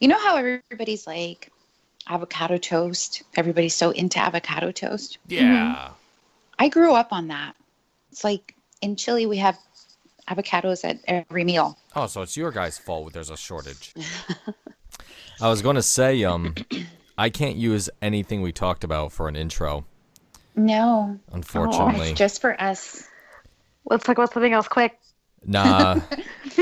You know how everybody's like avocado toast? Everybody's so into avocado toast. Yeah. I grew up on that. It's like in Chile, we have avocados at every meal. Oh, so it's your guys' fault. There's a shortage. I was going to say, um, I can't use anything we talked about for an intro, No, unfortunately. it's just for us. Let's talk about something else quick. Nah,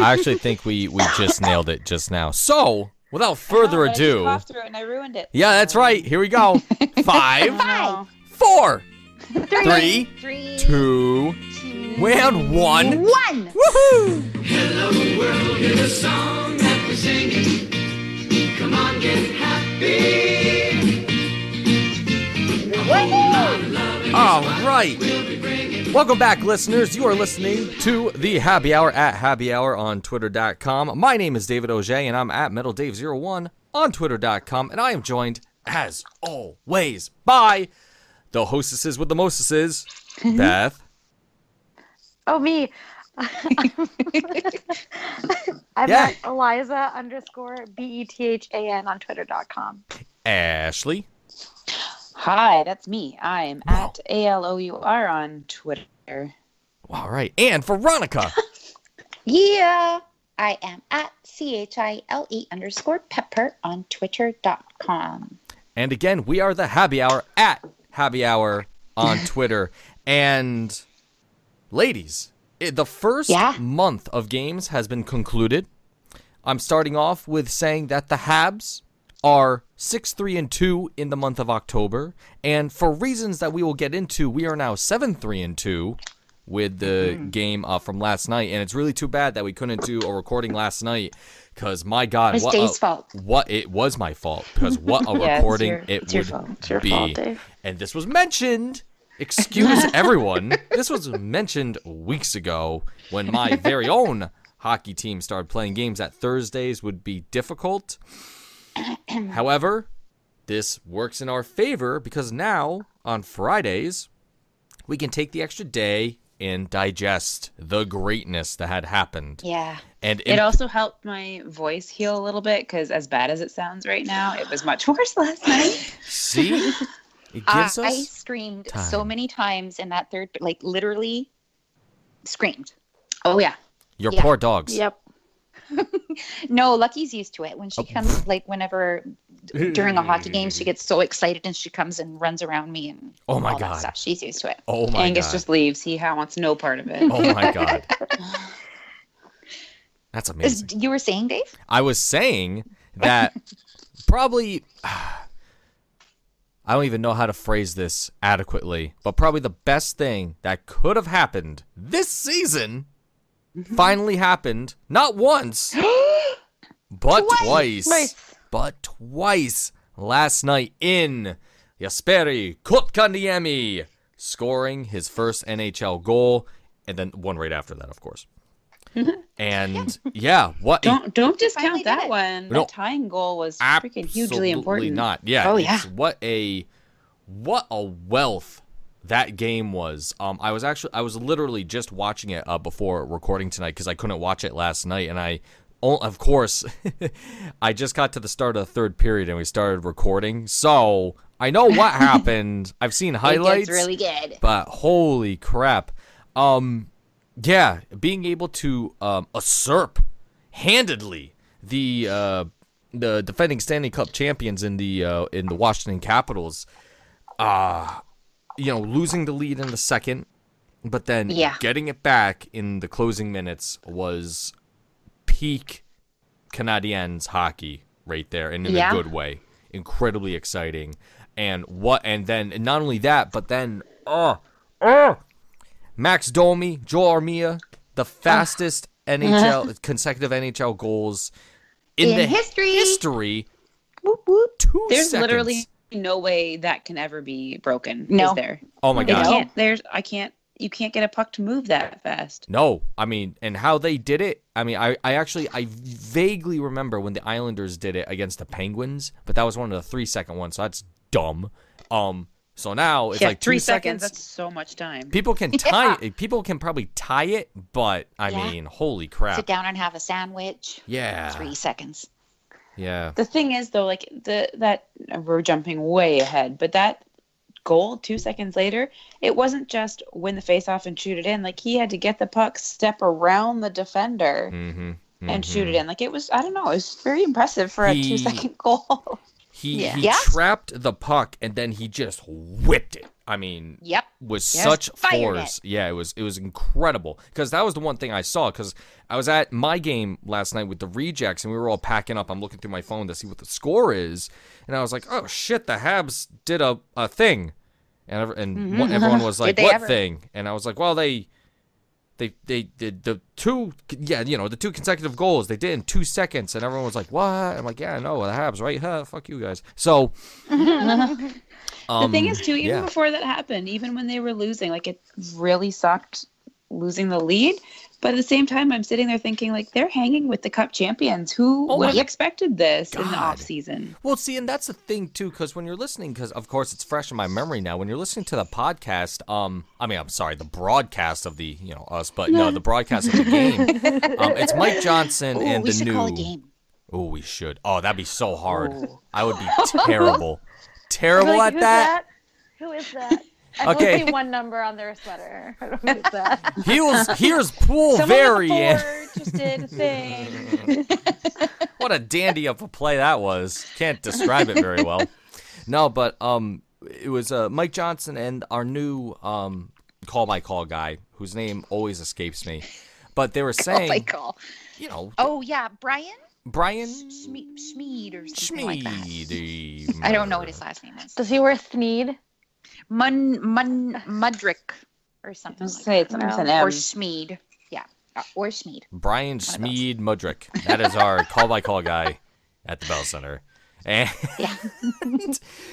I actually think we we just nailed it just now. So, without further Oh, I ado, coughed through it and I ruined it. yeah, that's right. Here we go. Five, Hi. four, Three. three, Three, two, we had one. one. Woohoo! All right. Welcome back, listeners. You are listening to the Happy Hour at Happy Hour on Twitter.com. My name is David O'Jay, and I'm at MetalDave01 on Twitter.com. And I am joined, as always, by the hostesses with the mostesses, Beth. Oh, me. I'm Yeah. at Eliza underscore B E T H A N on Twitter.com. Ashley. Hi, that's me. I'm Wow. at A L O U R on Twitter. All right. And Veronica. Yeah. I am at C H I L E underscore pepper on twitter.com. and again, we are the Happy Hour at Happy Hour on Twitter. And ladies, i- the first Yeah. month of games has been concluded. I'm starting off with saying that the Habs are 6 3 and 2 in the month of October. And for reasons that we will get into, we are now 7 3 and 2 with the Mm-hmm. game uh, from last night. And it's really too bad that we couldn't do a recording last night because, my God, It's what a- Dave's fault. what it was my fault because what Yeah, a it's recording your- it it's your would fault. It's your be. fault, Dave. And this was mentioned. Excuse everyone. This was mentioned weeks ago when my very own hockey team started playing games that Thursdays would be difficult. However, this works in our favor because now on Fridays we can take the extra day and digest the greatness that had happened. Yeah. And It also helped my voice heal a little bit because, as bad as it sounds right now, it was much worse last night. see, it I, gives I us screamed so time. many times in that third, like literally screamed. Oh, yeah. your yeah. poor dogs. Yep. No, Lucky's used to it. When Oh. she comes, like whenever during a hockey game, she gets so excited and she comes and runs around me and Oh my all that god. stuff. She's used to it. Oh my Angus god. just leaves. He ha- wants no part of it. Oh my god. That's Is, amazing. you were saying, Dave? I was saying that probably I don't even know how to phrase this adequately, but probably the best thing that could have happened this season Mm-hmm. finally happened. Not once, but twice. But twice last night in Jasperi Kotkaniemi scoring his first NHL goal and then one right after that, of course. and yeah, what Don't don't discount finally did that it. one. No. The tying goal was freaking hugely Absolutely important. Not yeah. Oh, it's- yeah. What a what a wealth that game was. Um, I was actually I was literally just watching it uh, before recording tonight because I couldn't watch it last night, and I o- of course I just got to the start of the third period and we started recording, so I know what happened. I've seen highlights It's really good. but holy crap um yeah being able to um usurp handedly the uh the defending Stanley Cup champions in the uh in the Washington Capitals uh you know losing the lead in the second but then Yeah. getting it back in the closing minutes was peak Canadiens hockey right there and in Yeah. a good way. Incredibly exciting. And what and then and not only that, but then oh oh Max Domi, Joel Armia, the fastest NHL consecutive NHL goals in, In the history. History. Whoop, whoop. Two There's seconds. literally no way that can ever be broken. No. Is there? Oh my It god. can't. There's. I can't. You can't get a puck to move that fast. No, I mean, and how they did it. I mean, I, I actually I vaguely remember when the Islanders did it against the Penguins, but that was one of the three second ones, so that's dumb. Um, so now it's yeah, like two three seconds. That's so much time. People can tie. it People can probably tie it, but I Yeah. mean, holy crap! Sit down and have a sandwich. Yeah, Three seconds. Yeah. The thing is, though, like the that uh, we're jumping way ahead, but that goal two seconds later, it wasn't just win the face off and shoot it in. Like he had to get the puck, step around the defender, Mm-hmm. and shoot it in. Like it was, I don't know, it was very impressive for a He- two second goal. He, Yeah. he Yeah. trapped the puck and then he just whipped it. I mean, Yep. was Yes. such Fired it. force. Yeah, it was it was incredible because that was the one thing I saw because I was at my game last night with the rejects and we were all packing up. I'm looking through my phone to see what the score is, and I was like, "Oh shit, the Habs did a, a thing," and ev- and one- everyone was like, Mm-hmm. they "What ever?" thing?" And I was like, "Well, they." They, they did the two yeah you know the two consecutive goals they did in two seconds and everyone was like what I'm like yeah I know the Habs right huh fuck you guys so the thing is, too, even Um, yeah. before that happened, even when they were losing, like it really sucked losing the lead. But at the same time, I'm sitting there thinking, like, they're hanging with the cup champions. Who Oh would have my expected this in the God. off season? Well, see, and that's the thing too, because when you're listening, because of course it's fresh in my memory now. When you're listening to the podcast, um, I mean, I'm sorry, the broadcast of the, you know, us, but no, the broadcast of the game. Um, it's Mike Johnson Ooh, and we the should new. call a game. Oh, we should. Oh, that'd be so hard. Ooh. I would be terrible, You're terrible at like, "Who's that. Who is that? I Okay. okay. see one number on their sweater. I don't know who's that. Here's here's Pool Someone with a Varian. four-interested thing. what a dandy of a play that was. Can't describe it very well. No, but um, it was uh, Mike Johnson and our new um, call my call guy, whose name always escapes me. But they were Oh saying, my god. you know, Oh yeah, Brian Brian Schme- Schmeed or something like that. Schmeedy. I don't know what his last name is. Does he wear Sneed? Mun Mun Mudrick or something. Don't Like say that. it's an No. M. Or Schmeed. Yeah. Uh, Or Schmeed. One Brian of those. Schmeed Mudrick. That is our call by call guy at the Bell Center. And Yeah.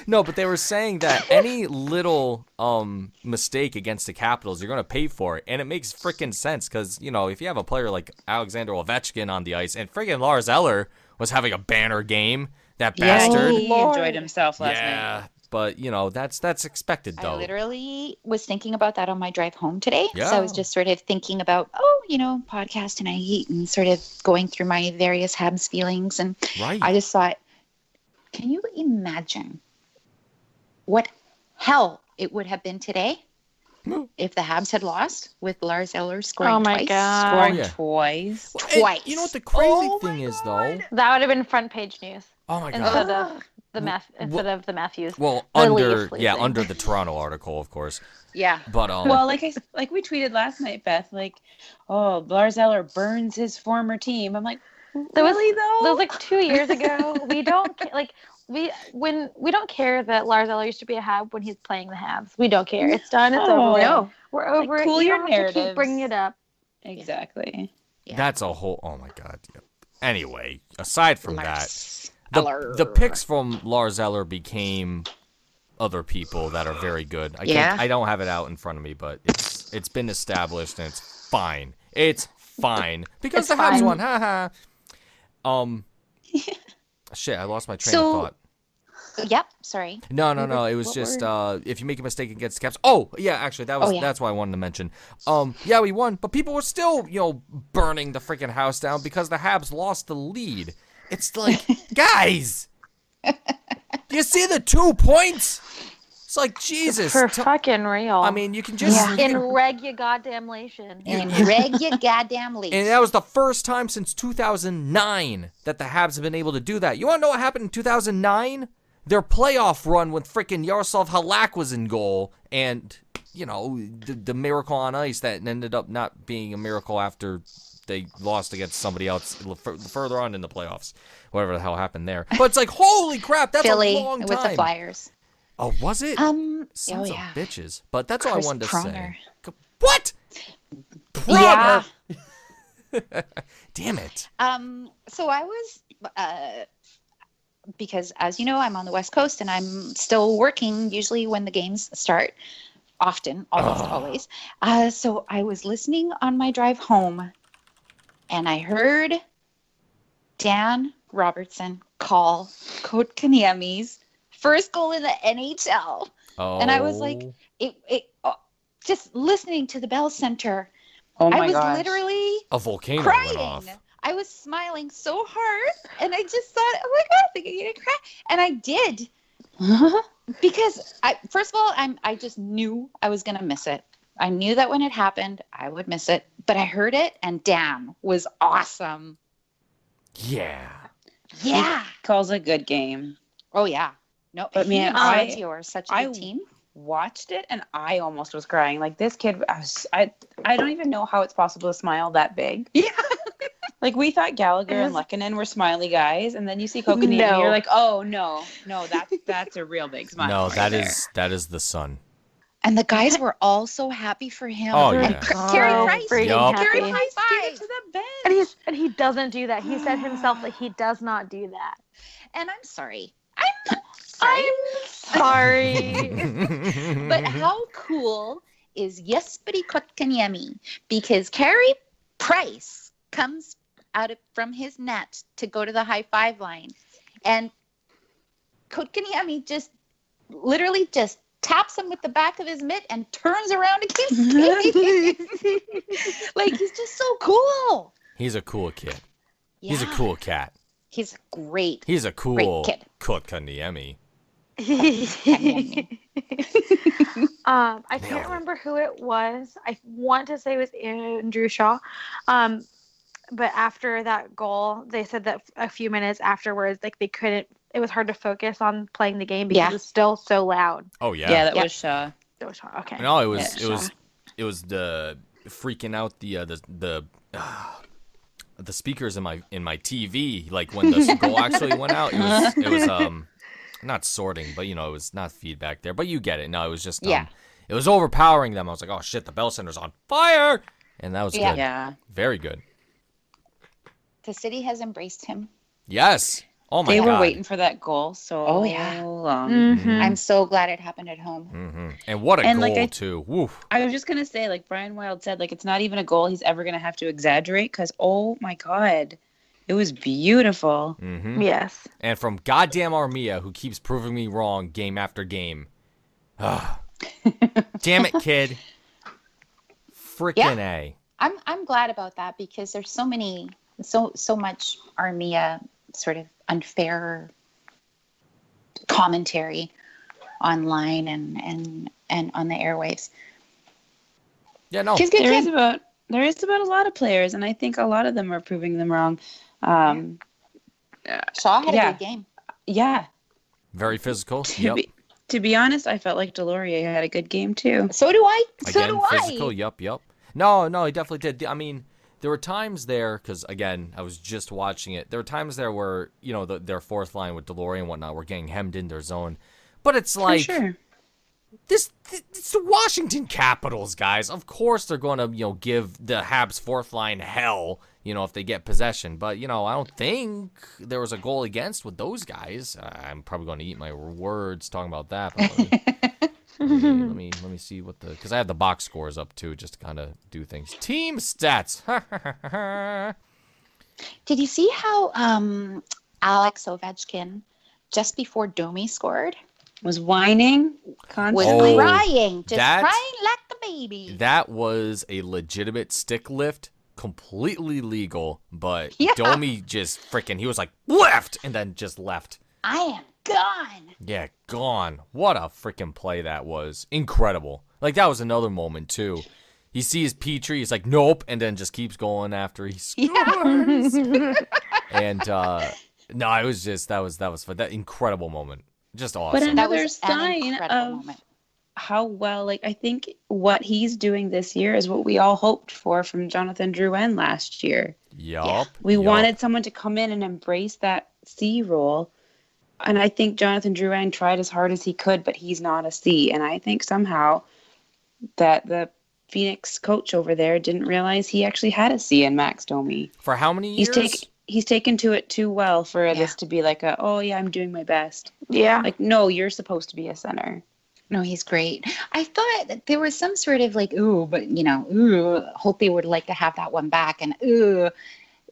no, but they were saying that any little um mistake against the Capitals, you're gonna pay for it, and it makes freaking sense because you know if you have a player like Alexander Ovechkin on the ice, and friggin' Lars Eller was having a banner game, that Yeah, bastard. he Lord. enjoyed himself last yeah, but you know that's that's expected I though. literally was thinking about that on my drive home today. So I was Yeah. just sort of thinking about, oh, you know, podcast and I eat and sort of going through my various Habs feelings. And right? I just thought, can you imagine what hell it would have been today if the Habs had lost with Lars Eller scoring Oh my twice? God. night. Scoring Oh, yeah. twice. And twice. you know what the crazy Oh my thing is though? That would have been front page news Oh my god. instead of the Wh- Math instead of the Matthews. Well, The Leafs under yeah, losing. under the Toronto article, of course. Yeah. But um, Well, like I s- like we tweeted last night, Beth. Like, oh, Lars Eller burns his former team. I'm like, There was- really That though? was like two years ago. we don't ca- like we when we don't care that Lars Eller used to be a Hab when he's playing the Habs. We don't care. It's done. It's No. over. with. No. we're over. it. cool you your don't have to keep narratives. bringing it up. exactly. Yeah. that's a whole. Oh my god. yeah. Anyway, aside from that. Lars the, Eller. the picks from Lars Eller became other people that are very good. I Yeah. can't, I don't have it out in front of me, but it's it's been established and it's fine. It's fine because It's the Habs fine. won. Ha ha. Um, shit, I lost my train So- of thought. Oh, Yep. Sorry. No, no, What no. were- It was what just were- uh, if you make a mistake against the Caps. Oh, yeah. Actually, that was yeah. that's why I wanted to mention. Um, yeah, we won, but people were still you know burning the freaking house down because the Habs lost the lead. It's like guys, you see the two points? It's like Jesus. For t- fucking real. I mean, you can just. Yeah. in reg you goddamn lation. And reg your goddamn leash. And that was the first time since 2009 that the Habs have been able to do that. You want to know what happened in 2009? Their playoff run when frickin' Yaroslav Halak was in goal and, you know, the, the miracle on ice that ended up not being a miracle after they lost against somebody else l- fur- further on in the playoffs, whatever the hell happened there. But it's like, holy crap, that's Philly a long with time. the Flyers. Oh, was it? Um. Sons oh yeah. of bitches. But that's all I Chris wanted to Pronger. say. What? Yeah. Pronger? Damn it. Um. So I was. Uh, because as you know, I'm on the West Coast and I'm still working usually when the games start. Often, almost Ah. Ugh. always. Uh, so I was listening on my drive home, and I heard Dan Robertson call Kotkaniemi's first goal in the NHL. Oh. And I was like, it, it oh, just listening to the bell center Oh i my was gosh. literally Oh, a volcano went crying off. I was smiling so hard, and I just thought, oh my god, I think I'm gonna cry, and I did because I first of all, I'm I just knew I was gonna miss it. I knew that when it happened, I would miss it, but I heard it, and damn, was awesome. Yeah. Yeah. Calls a good game. Oh yeah. No, But man, I, I- you are such a I- good team. Watched it and I almost was crying. Like this kid, I was, I, I don't even know how it's possible to smile that big. Yeah. Like we thought Gallagher It and Lekanen were smiley guys, and then you see Kokanee No. and you're like, oh no, no, that's that's a real big smile. no, that that is. is that is the sun. And the guys were all so happy for him. Oh, and yeah. Cr- Carey Oh, Price. freaking Yup. Carey happy. Price gave it to to the bench. And he's and he doesn't do that. He said himself that he does not do that. And I'm sorry. I'm sorry. Sorry. but Mm-hmm. how cool is Yesperi Kotkaniemi? Because Carey Price comes out of, from his net to go to the high five line. And Kotkaniemi just literally just taps him with the back of his mitt and turns around and keeps skating. like he's just so cool. He's a cool kid. He's a Yeah. cool cat. He's great. He's a cool kid. Kotkaniemi. um, I Nailed can't it. remember who it was. I want to say it was Andrew Shaw. Um, but after that goal, they said that a few minutes afterwards, like they couldn't. It was hard to focus on playing the game because Yeah. it was still so loud. Oh Yeah, yeah. that Yeah. was Shaw. It was hard. Okay. No, it was Yeah, it was sure. it was the freaking out the uh, the the uh, the speakers in my in my TV like when the goal actually went out. It was it was Uh-huh. um not sorting, but you know it was not feedback there. But you get it. No, it was just um, Yeah. It was overpowering them. I was like, oh shit, the bell center's on fire, and that was Yeah. good, Yeah, very good. The city has embraced him. Yes. Oh my they god. were waiting for that goal so Oh, yeah. long. Mhm. Mm. I'm so glad it happened at home. hmm And what a And, goal like, I- too. Woof. I was just gonna say, like Brian Wild said, like it's not even a goal he's ever gonna have to exaggerate because oh my god, it was beautiful. hmm Yes. And from goddamn Armia, who keeps proving me wrong game after game. Ugh. Damn it, kid. Frickin' A. I'm I'm glad about that because there's so many so so much Armia sort of unfair commentary online and and and on the airwaves. Yeah, no. She's a good Oh, There is kid. about there is about a lot of players, and I think a lot of them are proving them wrong. Um, Shaw had Yeah. a good game. yeah, Very physical. to Yep. be to be honest, I felt like Delorier had a good game too. So do I. So Again, do physical. I. Yep, yep. No, no, he definitely did. I mean, there were times there because again, I was just watching it. There were times there where you know the, their fourth line with Delorean and whatnot were getting hemmed in their zone, but it's like For sure. this th- it's the Washington Capitals, guys. Of course they're going to, you know, give the Habs fourth line hell, you know, if they get possession. But, you know, I don't think there was a goal against with those guys. I- I'm probably going to eat my words talking about that. But let, me, let, me, let me let me see what the cuz I have the box scores up too just to kind of do things. Team stats. Did you see how um Alex Ovechkin just before Domi scored Was whining was constantly. Oh, crying, just that- crying like a baby. That was a legitimate stick lift, completely legal, but Yeah. Domi just freaking he was like left and then just left. I am gone. Yeah, gone. What a freaking play that was. Incredible. Like that was another moment too. He sees Petrie, he's like, Nope, and then just keeps going after he scores. and uh no, it was just that was that was fun. That incredible moment. Just awesome. an- That Another was an sign incredible of- moment. how well like I think what he's doing this year is what we all hoped for from Jonathan Drouin last year. yup. We yup. wanted someone to come in and embrace that C role. And I think Jonathan Drouin tried as hard as he could, but he's not a C. And I think somehow that the Phoenix coach over there didn't realize he actually had a C in Max Domi. for how many He's years? taken he's taken to it too well for Yeah. this to be like a oh yeah, I'm doing my best. Yeah. Like, no, you're supposed to be a center. No, he's great. I thought that there was some sort of like, ooh, but you know, ooh, Holtby would like to have that one back, and ooh,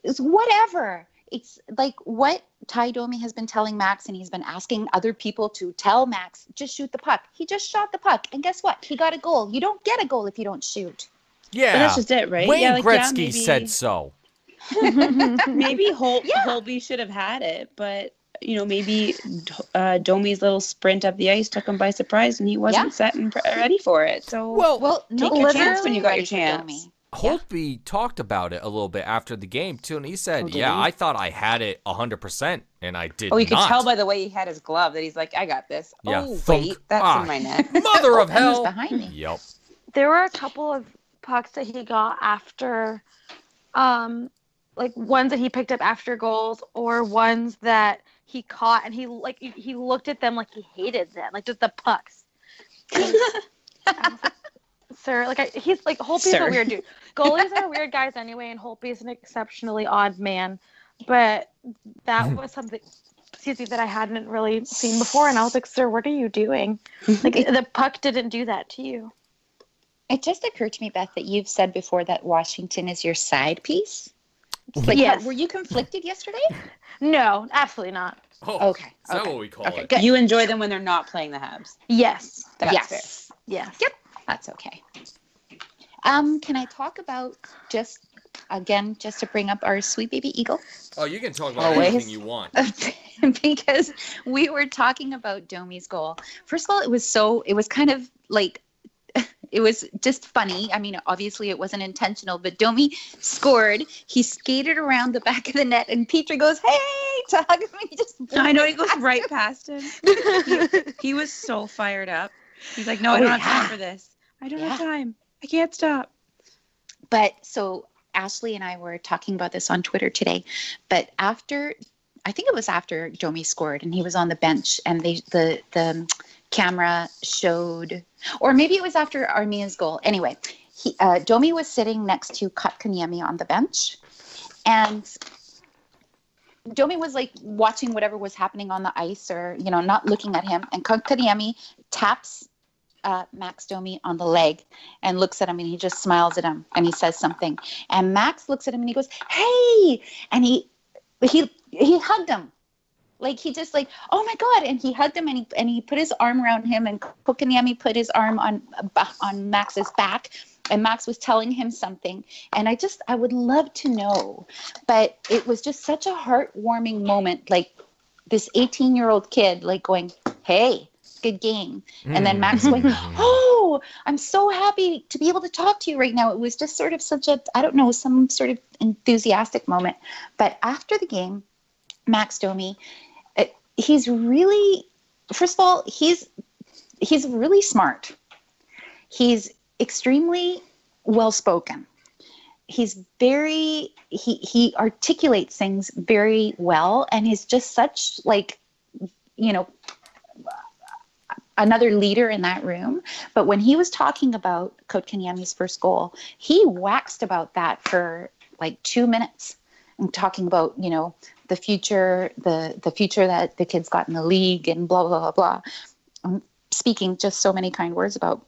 it's whatever. It's like what Ty Domi has been telling Max, and he's been asking other people to tell Max, just shoot the puck. He just shot the puck, and guess what? He got a goal. You don't get a goal if you don't shoot. But yeah. that's just it, right? Wayne yeah, like, yeah, Gretzky maybe- said so. maybe Hol- Yeah. Holby should have had it, but you know, maybe uh, Domi's little sprint up the ice took him by surprise, and he wasn't Yeah. set and pre- ready for it. So Well, Well, no, Take your literally chance when you got your ready for chance. Domi. Holtby talked about it a little bit after the game too, and he said, Oh, did "Yeah, he? I thought I had it hundred percent, and I did." oh, you could not. tell by the way he had his glove that he's like, "I got this." Yeah, oh thunk. wait, that's Ah. in my net. mother Oh, of And who's hell. behind me. Yep. there were a couple of pucks that he got after um like ones that he picked up after goals or ones that he caught and he like he- he looked at them like he hated them like just the pucks I was like, sir like I, he's like holpe's Sir. a weird dude goalies are weird guys anyway and holpe's an exceptionally odd man but that was something excuse me that i hadn't really seen before and i was like sir what are you doing like the puck didn't do that to you It just occurred to me, Beth, that you've said before that Washington is your side piece. It's Like, Yes. how- were you conflicted yesterday? No, absolutely not. Oh, Okay. Is that okay. what we call Okay, it? good. You enjoy them when they're not playing the Habs. Yes. That's yes. fair. Yes. Yep. That's okay. Um, can I talk about just again, just to bring up our sweet baby eagle? Oh, you can talk about Always. anything you want. because we were talking about Domi's goal. First of all, it was so it was kind of like it was just funny. I mean, obviously it wasn't intentional, but Domi scored. He skated around the back of the net, and Petrie goes, "Hey!" to hug him. And he just I know he goes right past him. Yep. He was so fired up. He's like, "No, Oh, I don't have yeah. time for this. I don't have Yeah. time. I can't stop." But so Ashley and I were talking about this on Twitter today. But after, I think it was after Domi scored and he was on the bench and they, the, the um, camera showed, or maybe it was after Armia's goal. Anyway, he, uh, Domi was sitting next to Kotkaniemi on the bench and Domi was like watching whatever was happening on the ice or, you know, not looking at him. And Kotkaniemi taps uh, Max Domi on the leg and looks at him and he just smiles at him and he says something and Max looks at him and he goes hey and he he he hugged him like he just like oh my god and he hugged him and he and he put his arm around him and Kokanyami put his arm on on Max's back and Max was telling him something and I just I would love to know but it was just such a heartwarming moment like this 18 year old kid like going hey good game And then Max Hmm. went, oh i'm so happy to be able to talk to you right now it was just sort of such a i don't know some sort of enthusiastic moment but after the game max domi uh, he's really first of all he's he's really smart he's extremely well spoken he's very he he articulates things very well and he's just such like you know another leader in that room. But when he was talking about Kotkaniemi's first goal, he waxed about that for like two minutes and talking about, you know, the future, the the future that the kids got in the league and blah blah blah blah. Um, speaking just so many kind words about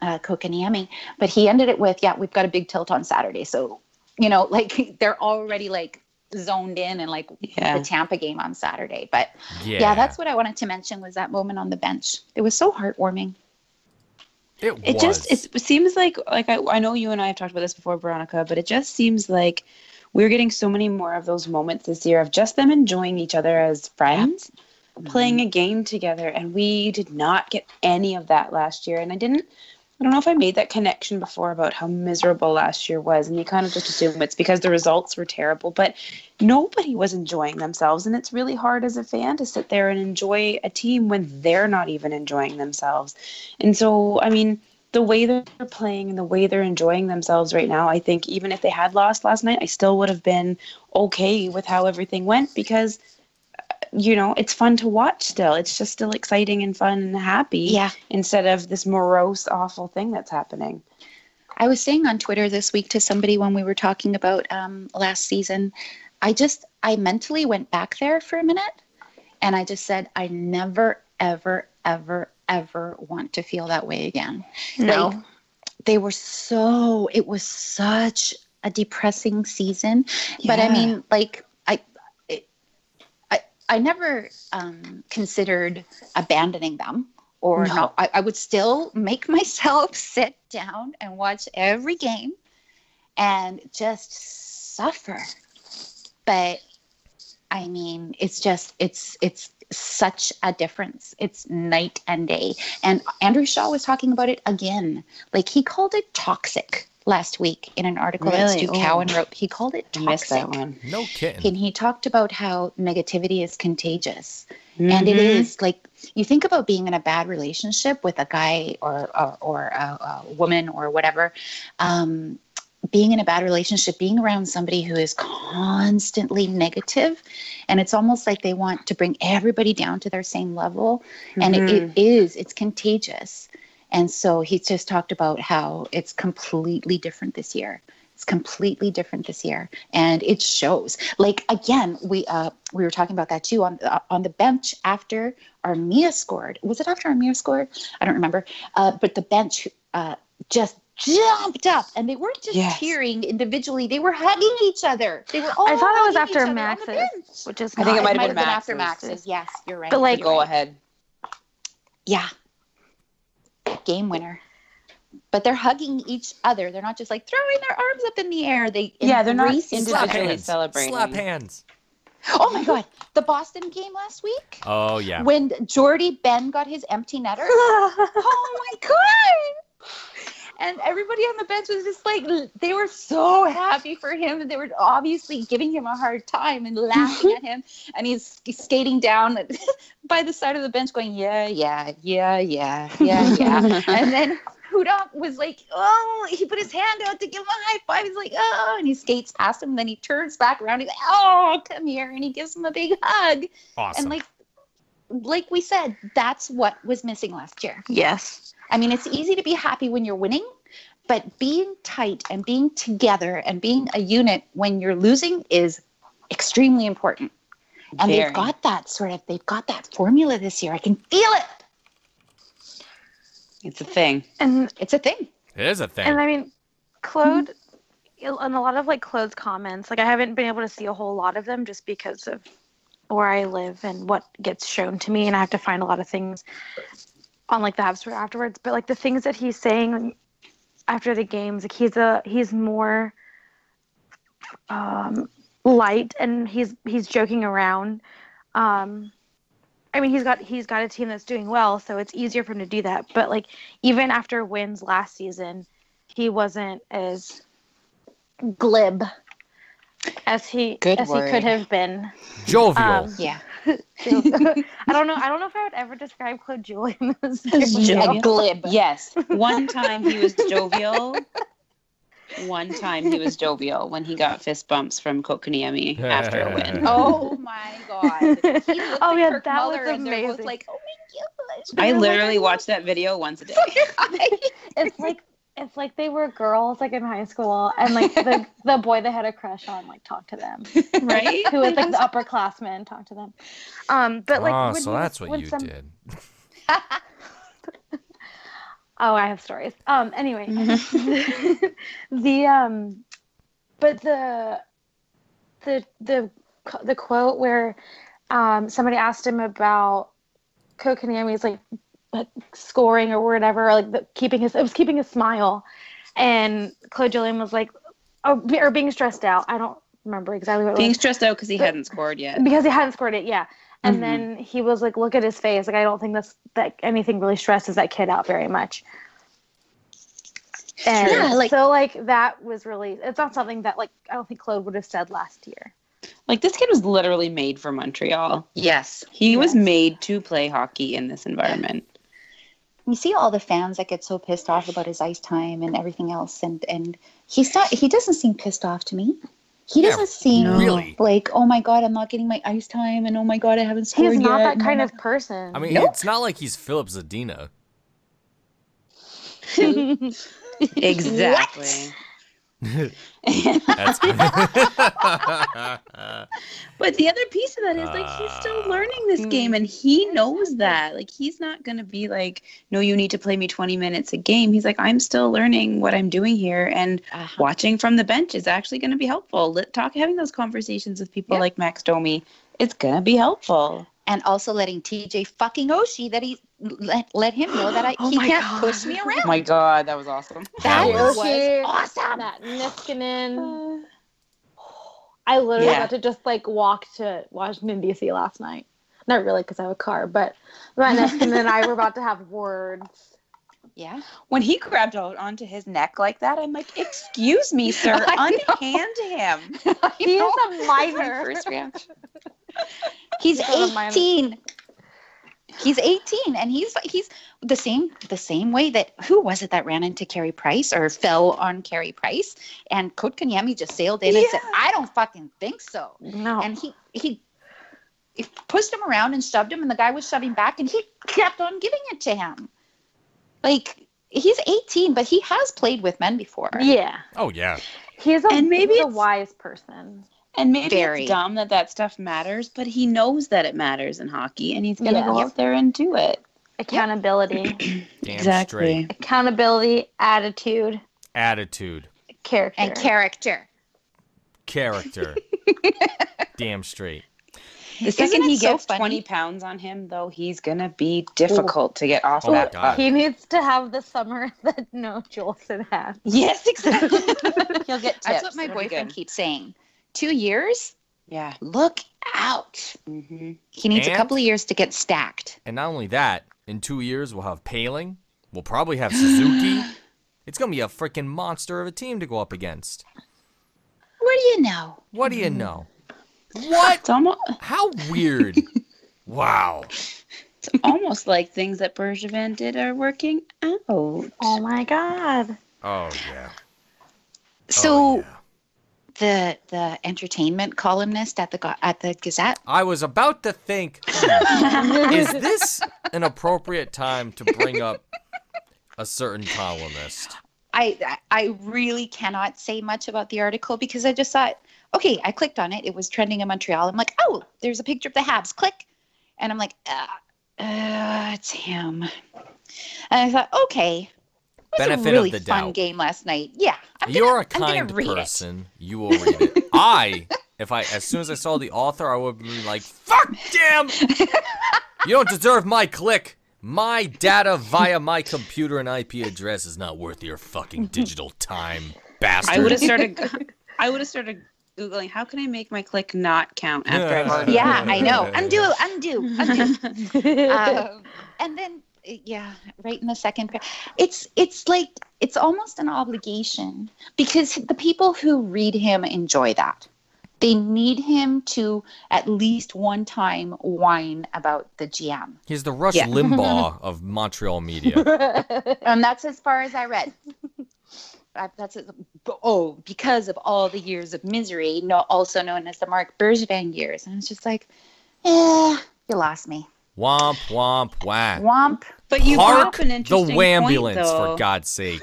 uh Kotkaniemi. But he ended it with, yeah, we've got a big tilt on Saturday. So, you know, like they're already like zoned in and like Yeah. the Tampa game on Saturday. But yeah, that's what I wanted to mention was that moment on the bench. It was so heartwarming. it. it was. just it seems like like I, I know you and i have talked about this before veronica but it just seems like we're getting so many more of those moments this year of just them enjoying each other as friends playing a game together and we did not get any of that last year and i didn't i don't know if i made that connection before about how miserable last year was and you kind of just assume it's because the results were terrible but nobody was enjoying themselves and it's really hard as a fan to sit there and enjoy a team when they're not even enjoying themselves and so i mean the way they're playing and the way they're enjoying themselves right now i think even if they had lost last night i still would have been okay with how everything went because uh, you know it's fun to watch still it's just still exciting and fun and happy Yeah. instead of this morose, awful thing that's happening. I was saying on Twitter this week to somebody when we were talking about um, last season, I just, I mentally went back there for a minute and I just said, I never, ever, ever, ever want to feel that way again. Like, they were so, it was such a depressing season. but I mean, like I, it, I, I never um, considered abandoning them. Or No. not. I, I would still make myself sit down and watch every game, and just suffer. But I mean, it's just it's it's such a difference. It's night and day. And Andrew Shaw was talking about it again. Like he called it toxic last week in an article that Really? Stu Oh. Cowan wrote. He called it I toxic. missed that one. No kidding. And he talked about how negativity is contagious. And it Mm-hmm. is like you think about being in a bad relationship with a guy or or, or a, a woman or whatever. Um, being in a bad relationship, being around somebody who is constantly negative, and it's almost like they want to bring everybody down to their same level and it, Mm-hmm. it is it's contagious and so he just talked about how it's completely different this year it's completely different this year and it shows like again we uh we were talking about that too on uh, on the bench after armia scored was it after armia scored i don't remember uh but the bench uh just jumped up and they weren't just Yes. cheering individually they were hugging each other they were all I thought it hugging was each after other on the Max's, bench. Oh, which is I think it not- might have might've been after Max's. max's yes you're right But, you're like, go right. ahead. Yeah. Game winner. But they're hugging each other. They're not just like throwing their arms up in the air. They Yeah, they're not embrace each individually other. hands. celebrating. Slap hands. Oh my god, the Boston game last week Oh yeah. when Jordy Ben got his empty netter. oh my god! And everybody on the bench was just like they were so happy for him, and they were obviously giving him a hard time and laughing at him. And he's skating down by the side of the bench, going, "Yeah, yeah, yeah, yeah, yeah, yeah." and then Hudok was like, oh, he put his hand out to give him a high five. He's like, oh, and he skates past him. then he turns back around. He's like, oh, come here. And he gives him a big hug. Awesome. And like, like we said, that's what was missing last year. yes. I mean, it's easy to be happy when you're winning, but being tight and being together and being a unit when you're losing is extremely important. And Very. they've got that sort of, they've got that formula this year. I can feel it. It's a thing. And It's a thing. it is a And thing. I mean, Claude, Mm-hmm. and a lot of like Claude's comments, like I haven't been able to see a whole lot of them just because of where I live and what gets shown to me, and I have to find a lot of things on like the Habsburg afterwards. But like the things that he's saying after the games, like he's a he's more um, light and he's he's joking around. Um, I mean, he's got he's got a team that's doing well, so it's easier for him to do that. But like even after wins last season, he wasn't as Glib. as he Good as word. he could have been. Jovial. um, Yeah. So- I don't know. I don't know if I would ever describe Claude Julian as A Jovial. glib. Yes. One time he was jovial. One time he was jovial when he got fist bumps from Kokuniemi after a win. Oh my god! He looked Oh, like yeah, Kirk that was Muller, and they're both amazing. Like, oh my gosh! I literally watched that video once a day. It's like it's like they were girls like in high school, and like the the boy they had a crush on like talked to them, Right? Who was like the upperclassman talked to them. Um, but like oh, when so he- that's what when you some- did. Oh, I have stories. Um, anyway, the um, but the the the qu- the quote where um somebody asked him about Kokonami's like like scoring or whatever, or, like the, keeping his it was keeping his smile, and Claude Julien was like, oh, be- or being stressed out. I don't remember exactly what it Being was stressed out because he hadn't scored yet. because he hadn't scored it. Yeah. And Mhm. then he was like, "Look at his face. Like, I don't think that's that anything really stresses that kid out very much." And Yeah, like- so like that was really it's not something that like I don't think Claude would have said last year. Like this kid was literally made for Montreal. yes. He was Yes. made to play hockey in this environment. You see all the fans that get so pissed off about his ice time and everything else, and and he's not. He doesn't seem pissed off to me. He Yeah, doesn't seem No. Really? like, oh my god, I'm not getting my ice time, and oh my god, I haven't scored He's not yet, that and kind I'm of person. I mean, Nope. it's not like he's Philip Zadina. Exactly. That's But the other piece of that is like he's still Ah. learning this Mm. game and he knows that. Like he's not going to be like, "No, you need to play me 20 minutes a game." He's like, "I'm still learning what I'm doing here and Uh-huh. watching from the bench is actually going to be helpful. Let, talk having those conversations with people Yeah. like Max Domi, it's going to be helpful." and also letting TJ fucking Oshie that he let, let him know that I Oh he my can't God. push me around. Oh my god, that was awesome. that That was was- awesome. Uh, That Niskanen. I literally Yeah. got to just like walk to Washington D.C. last night. Not really because I have a car, but my husband and I were about to have words. Yeah. When he grabbed out onto his neck like that, I'm like, "Excuse me, sir, I know. unhand him." He is a That's my minor. first reaction. He's Little minus. 18. He's 18 and he's he's the same the same way that who was it that ran into Carrie Price or fell on Carrie Price and Code Kanyemi just sailed in and said, Yeah. I don't fucking think so. No, And he he he pushed him around and shoved him and the guy was shoving back and he kept on giving it to him. Like he's 18, but he has played with men before. yeah, Oh yeah. he's a And maybe he's a it's- wise person. And maybe Very. it's dumb that that stuff matters, but he knows that it matters in hockey, and he's gonna Yeah. go out there and do it. Accountability, Damn straight. accountability, attitude, Attitude. character, And character. Character. Damn straight. The second Isn't it he so gets funny? 20 pounds on him, though, he's going to be difficult to get off Oh my that. God. puck. He needs to have the summer that no Jolson had. yes, exactly. He'll get tips. That's what my It'll be boyfriend good. keeps saying. Two years? Yeah. Look out. hmm He needs And- a couple of years to get stacked. And not only that, in two years we'll have Paling. We'll probably have Suzuki. It's gonna be a freaking monster of a team to go up against. What do you know? What do you know? What? It's almost, How weird. Wow. it's almost like things that Bergevin did are working out. Oh my god. Oh yeah. Oh, So the the entertainment columnist at the Go- at the Gazette. I was about to think, hmm, Uh, is this an appropriate time to bring up a certain columnist? I I- I really cannot say much about the article because I just thought, okay, I clicked on it. It was trending in Montreal. I'm like, oh, there's a picture of the Habs. Click, and I'm like, uh, uh, it's him. And I thought, okay, it was Benefit a really of the fun doubt. game last night. Yeah, I'm gonna- You're a I'm gonna kind read it. person. You will read it. I, if I, as soon as I saw the author, I would be like, "Fuck, damn! You don't deserve my click. My data via my computer and IP address is not worth your fucking digital time, bastard." I would have started. I would have started googling. How can I make my click not count after I've already? Yeah, I know. Undo, undo, undo. um, and then yeah right in the second par- it's it's like it's almost an obligation because the people who read him enjoy that they need him to at least one time whine about the gm He's the Rush Yeah. Limbaugh of Montreal media. and that's as far as i read I- that's as- oh because of all the years of misery no, also known as the mark bergevin years and it's just like eh, you lost me Womp womp whack. womp But you brought Park up an the interesting point, wambulance though. for God's sake.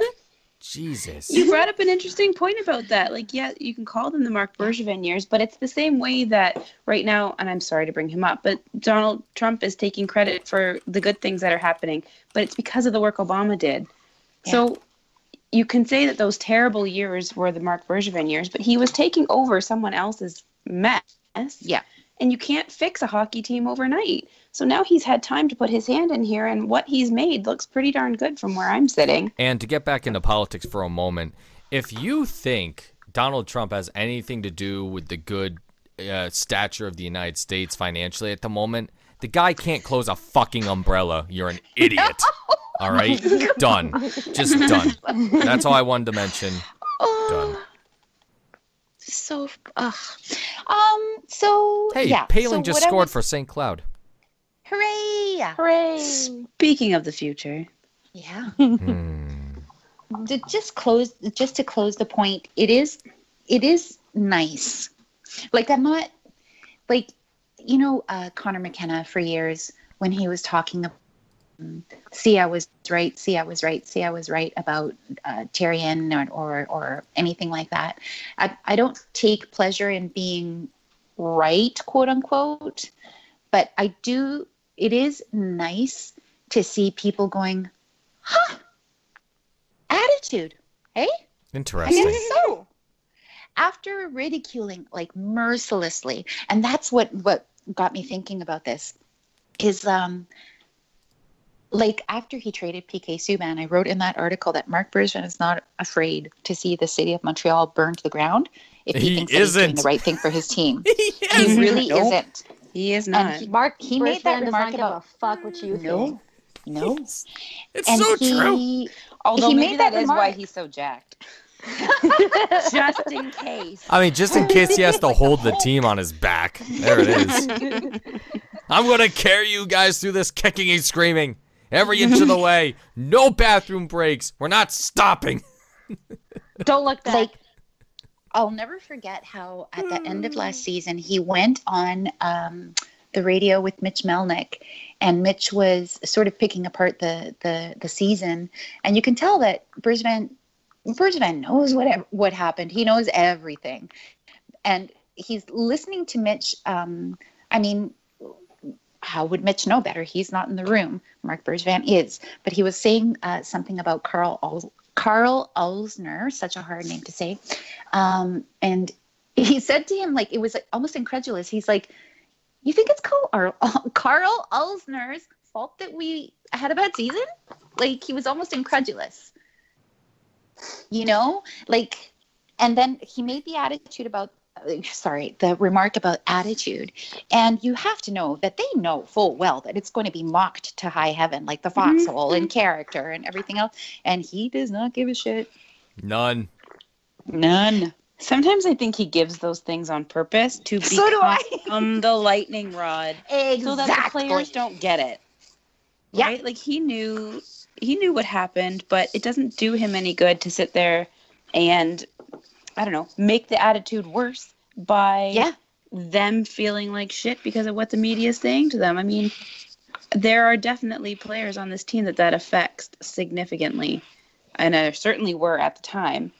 Jesus. Mm-hmm. You brought up an interesting point about that. Like, yeah, you can call them the Mark Bergevin years, but it's the same way that right now, and I'm sorry to bring him up, but Donald Trump is taking credit for the good things that are happening, but it's because of the work Obama did. So you can say that those terrible years were the Mark Bergevin years, but he was taking over someone else's mess. Yeah. And you can't fix a hockey team overnight. So now he's had time to put his hand in here, and what he's made looks pretty darn good from where I'm sitting. And to get back into politics for a moment, if you think Donald Trump has anything to do with the good uh, stature of the United States financially at the moment, the guy can't close a fucking umbrella. You're an idiot. All right? Done. Just done. That's all I wanted to mention. Done. so uh, ugh. um so Hey, yeah Palin so just what I scored was- for St. Cloud. hooray Hooray. Speaking of the future, yeah Hmm. To just close just to close the point it is it is nice like i'm not like you know uh connor mckenna for years when he was talking about see i was right see i was right see i was right about uh, tyrion or, or or anything like that I, I don't take pleasure in being right quote unquote but i do it is nice to see people going huh attitude hey I Interesting. guess so. After ridiculing like mercilessly, and that's what what got me thinking about this is um like after he traded PK Subban, I wrote in that article that Mark Bergevin is not afraid to see the city of Montreal burn to the ground if he, He thinks that he's doing isn't. the right thing for his team. yes. he really Nope. isn't. He is And not. he- Mark He made Bergevin that does remark not give about- a fuck what you think. No, no. It's And so he, true. Although he maybe made that that is why remark. he's so jacked. Just in case. I mean, just in case he has to hold the team on his back. There it is. I'm going to carry you guys through this kicking and screaming every inch of the way. No bathroom breaks. We're not stopping. Don't look back. like I'll never forget how at the end of last season he went on um, the radio with Mitch Melnick, and Mitch was sort of picking apart the the, the season, and you can tell that Brisbane Brisbane knows what what happened. He knows everything, and he's listening to Mitch. Um, I mean. How would Mitch know better? He's not in the room. Mark Bergevin is, but he was saying uh, something about Carl Al- Carl Elsner, such a hard name to say, um, and he said to him like it was like, almost incredulous he's like you think it's carl, Ar- carl Elsner's fault that we had a bad season like he was almost incredulous you know like and then he made the attitude about uh, sorry the remark about attitude and you have to know that they know full well that it's going to be mocked to high heaven like the foxhole and character and everything else and he does not give a shit None. None. Sometimes I think he gives those things on purpose to So do I. become the lightning rod, exactly so that the players don't get it. Yeah. Right? Like he knew he knew what happened, but it doesn't do him any good to sit there and I don't know make the attitude worse by yeah them feeling like shit because of what the media is saying to them. I mean, there are definitely players on this team that that affects significantly, and there certainly were at the time.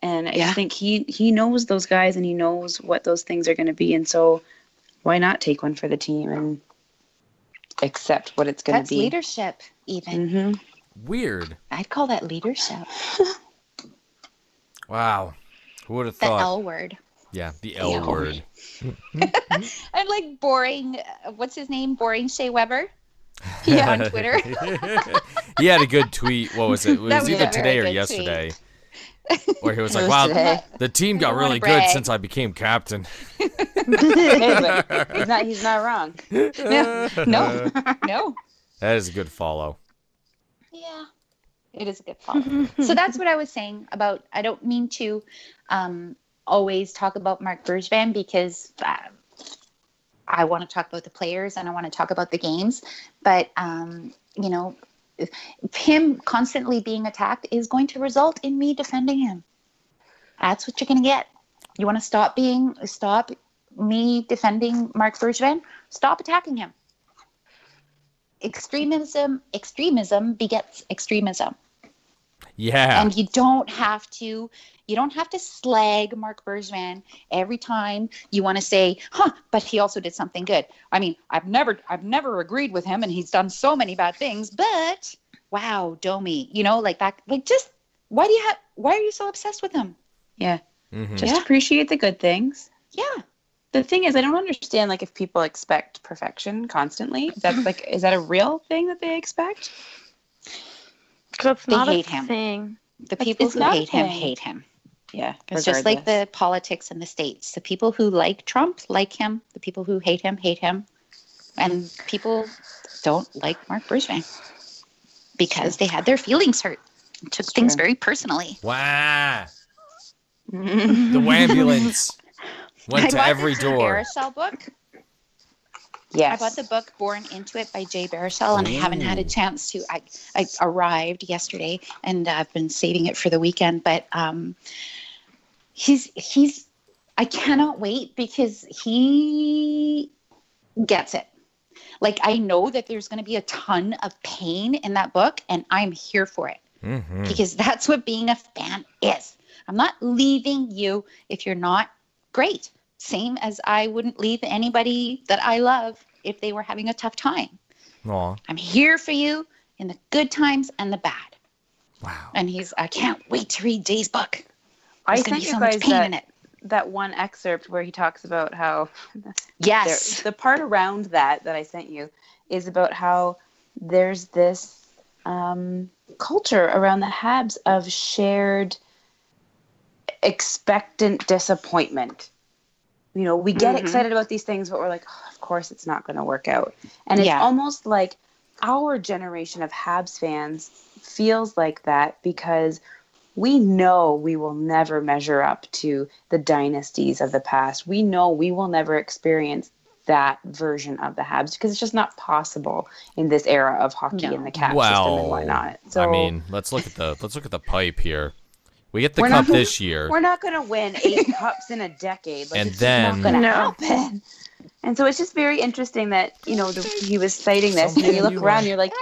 And I Yeah. think he he knows those guys and he knows what those things are going to be, and so why not take one for the team and accept what it's going That's to be? leadership, even. hmm Weird. I'd call that leadership. Wow. Who would have The thought? L word. yeah, the L Yeah. word. I'm like boring. uh, What's his name? Boring Shea Weber. Yeah, on Twitter. he had a good tweet. What was it? It was, was a either very today or good yesterday. Where he was like, was "Wow, today. the team got don't wanna really good brag. since I became captain." he's not he's not wrong. No. No. that is a good follow. Yeah. It is a good follow. so that's what I was saying about. I don't mean to um, always talk about Mark Bergevin because uh, I want to talk about the players and I want to talk about the games. But, um, you know, him constantly being attacked is going to result in me defending him. That's what you're going to get. You want to stop being, stop me defending Mark Bergevin? Stop attacking him. Extremism, extremism begets extremism Yeah, and you don't have to you don't have to slag mark bergman every time you want to say huh but he also did something good i mean i've never i've never agreed with him and he's done so many bad things but wow domi you know like that like just why do you have why are you so obsessed with him Mhm. Just Yeah. appreciate the good things. yeah the thing is i don't understand like if people expect perfection constantly that's like is that a real thing that they expect That's They not a hate him. thing. the people it's who not hate him okay. hate him yeah it's just like the politics in the states the people who like trump like him the people who hate him hate him and people don't like mark brisbane because they had their feelings hurt and took things true. very personally wow, regardless. the ambulance I went to bought every the Jay door. Baruchel book yes i bought the book born into it by jay baruchel and i haven't had a Ooh. chance to i, I arrived yesterday and i've been saving it for the weekend but um, he's he's i cannot wait because he gets it like i know that there's going to be a ton of pain in that book and i'm here for it hmm because that's what being a fan is. I'm not leaving you if you're not great. Same as I wouldn't leave anybody that I love if they were having a tough time. Aw, I'm here for you in the good times and the bad. wow. And he's, I can't wait to read Jay's book. i There's going to sent be you so guys much pain that, in it. that one excerpt where he talks about how Yes. there, the part around that that i sent you is about how there's this um, culture around the Habs of shared expectant disappointment. You know, we get Mm-hmm. Mhm. excited about these things, but we're like, oh, of course it's not going to work out. And it's Yeah. almost like our generation of Habs fans feels like that because we know we will never measure up to the dynasties of the past. We know we will never experience that version of the Habs because it's just not possible in this era of hockey No. and the cap system Well, and whatnot. So I mean, let's look at the let's look at the pipe here. We get the We're cup not- this year. we're not going to win eight cups in a decade. Like, And it's then- just not going to No. happen. And so it's just very interesting that you know the, he was citing this, Something and then you look you around, are- and you're like,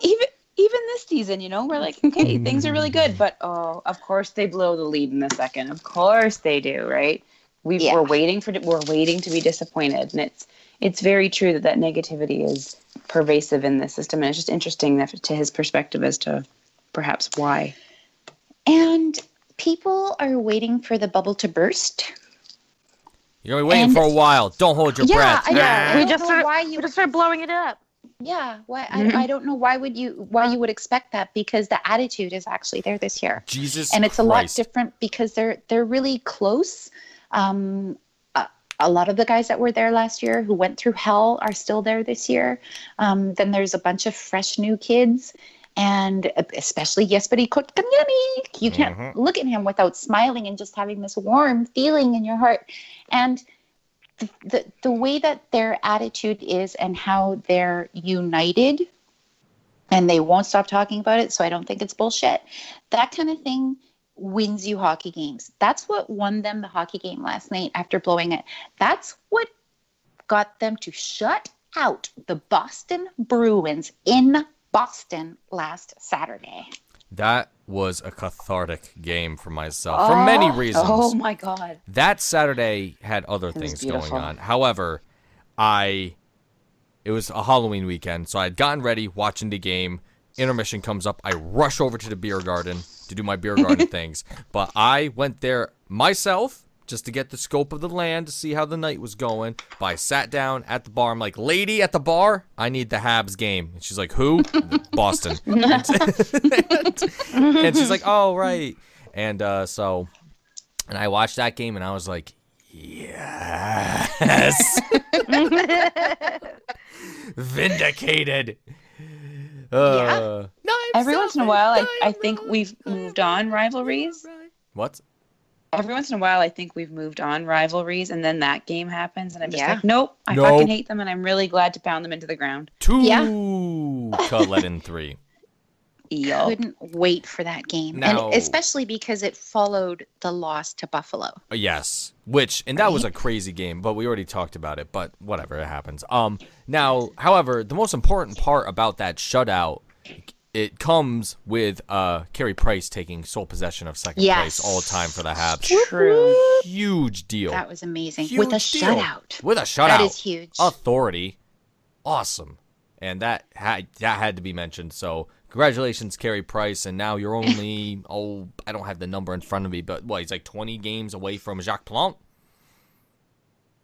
even even this season, you know, we're like, okay, things are really good, but oh, of course they blow the lead in the second. Of course they do, right? We Yeah. we're waiting for we're waiting to be disappointed, and it's it's very true that that negativity is pervasive in this system, and it's just interesting that, to his perspective as to perhaps why. And people are waiting for the bubble to burst. You're gonna be waiting And- for a while. Don't hold your breath. Ah. I, Yeah, yeah, we we just just sort of- why you We just started blowing it up. Yeah, why Mhm. I, I don't know why would you why you would expect that because the attitude is actually there this year, Jesus and it's a lot Christ. different because they're they're really close. Um, a, a lot of the guys that were there last year who went through hell are still there this year. Um, then there's a bunch of fresh new kids, and uh, especially Yesperi Kotkaniemi. You can't Mhm. look at him without smiling and just having this warm feeling in your heart, and the, the, the way that their attitude is and how they're united and they won't stop talking about it so i don't think it's bullshit that kind of thing wins you hockey games that's what won them the hockey game last night after blowing it that's what got them to shut out the boston bruins in boston last saturday That was a cathartic game for myself for many reasons. Oh my god. that Saturday had other was things going beautiful. on. However, I it was a Halloween weekend, so I had gotten ready, watching the game. Intermission comes up. I rush over to the beer garden to do my beer garden things. But I went there myself just to get the scope of the land to see how the night was going. But I sat down at the bar. I'm like, lady at the bar, I need the Habs game. And she's like, who? Boston. and, and she's like, oh, right. And uh, so and I watched that game and I was like, yes, vindicated. Uh, Every once in a while, I, I think we've moved on rivalries. What? Every once in a while, I think we've moved on rivalries, and then that game happens, and I'm just Yeah. like, nope, I Nope. fucking hate them, and I'm really glad to pound them into the ground. Two Yeah. Cullen in three. Yo. couldn't wait for that game No. and especially because it followed the loss to buffalo Uh, Yes, which and that was a crazy game, but we already talked about it. But whatever, it happens. Um, now, however, the most important part about that shutout, it comes with uh Carey Price taking sole possession of second Yes. place all time for the Habs. True. Huge deal. that was amazing Huge with a deal. shutout With a shutout. that is huge Authority. Awesome. And that had that had to be mentioned. So congratulations, Carey Price. And now you're only oh I don't have the number in front of me, but well, he's like twenty games away from Jacques Plante.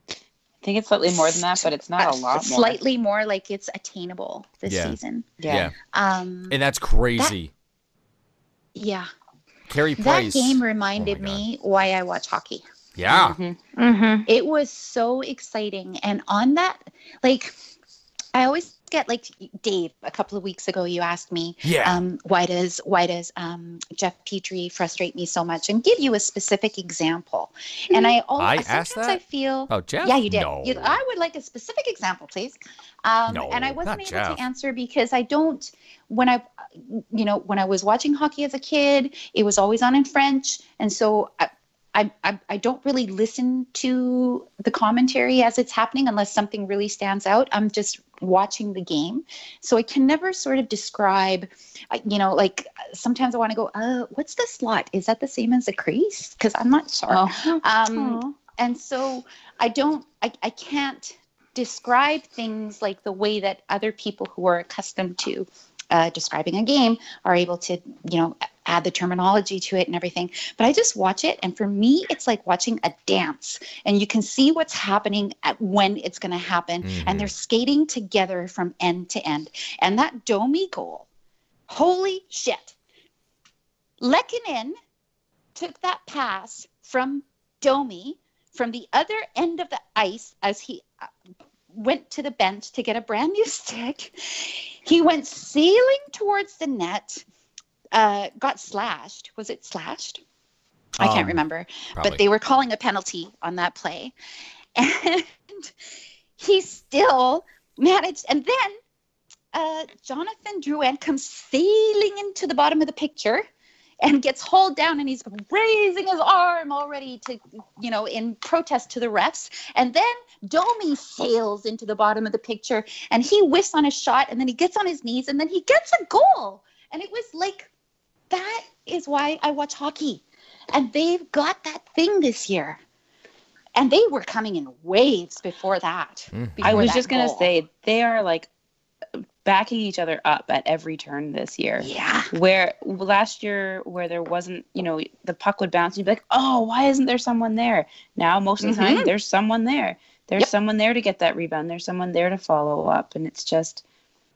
I think it's slightly more than that, but it's not a Uh, lot more. slightly more like it's attainable this Yeah. season Yeah. um And that's crazy. yeah Carey that Price. Oh game reminded God. me why i watch hockey yeah. Mhm. Mm-hmm. it was so exciting and on that like i always get like dave a couple of weeks ago you asked me Yeah. um, why does why does um, Jeff Petrie frustrate me so much? And give you a specific example. And I Hmm. I always asked sometimes that? I feel oh Jeff? yeah, you did. No. You, I would like a specific example, please. Um, No, and I wasn't not able Jeff. to answer because I don't. When I, you know, when I was watching hockey as a kid, it was always on in French, and so I, I, I, I don't really listen to the commentary as it's happening unless something really stands out. I'm just watching the game, so I can never sort of describe. I- You know, like sometimes I want to go, uh, "What's the slot? Is that the same as the crease?" Because I'm not sure. Oh. Um, and so i don't I, I can't describe things like the way that other people who are accustomed to uh, describing a game are able to, you know, add the terminology to it and everything. But I just watch it, and for me, it's like watching a dance, and you can see what's happening at when it's going to happen, Mhm. and they're skating together from end to end. And that Domi goal, holy shit! Lekkonen took that pass from Domi from the other end of the ice as he uh, went to the bench to get a brand new stick. He went sailing towards the net, uh, got slashed. Was it slashed? I Um, can't remember, Probably. but they were calling a penalty on that play. And he still managed. And then uh, Jonathan Drouin comes sailing into the bottom of the picture and gets hauled down and he's raising his arm already to you know in protest to the refs and then domi sails into the bottom of the picture and he whiffs on a shot and then he gets on his knees and then he gets a goal and it was like that is why i watch hockey and they've got that thing this year and they were coming in waves before that Mhm. before I was that just gonna goal. say they are like backing each other up at every turn this year. yeah Where last year, where there wasn't, you know, the puck would bounce, and you'd be like, "Oh, why isn't there someone there?" Now, most of the time, there's someone there. There's Yep. someone there to get that rebound. There's someone there to follow up, and it's just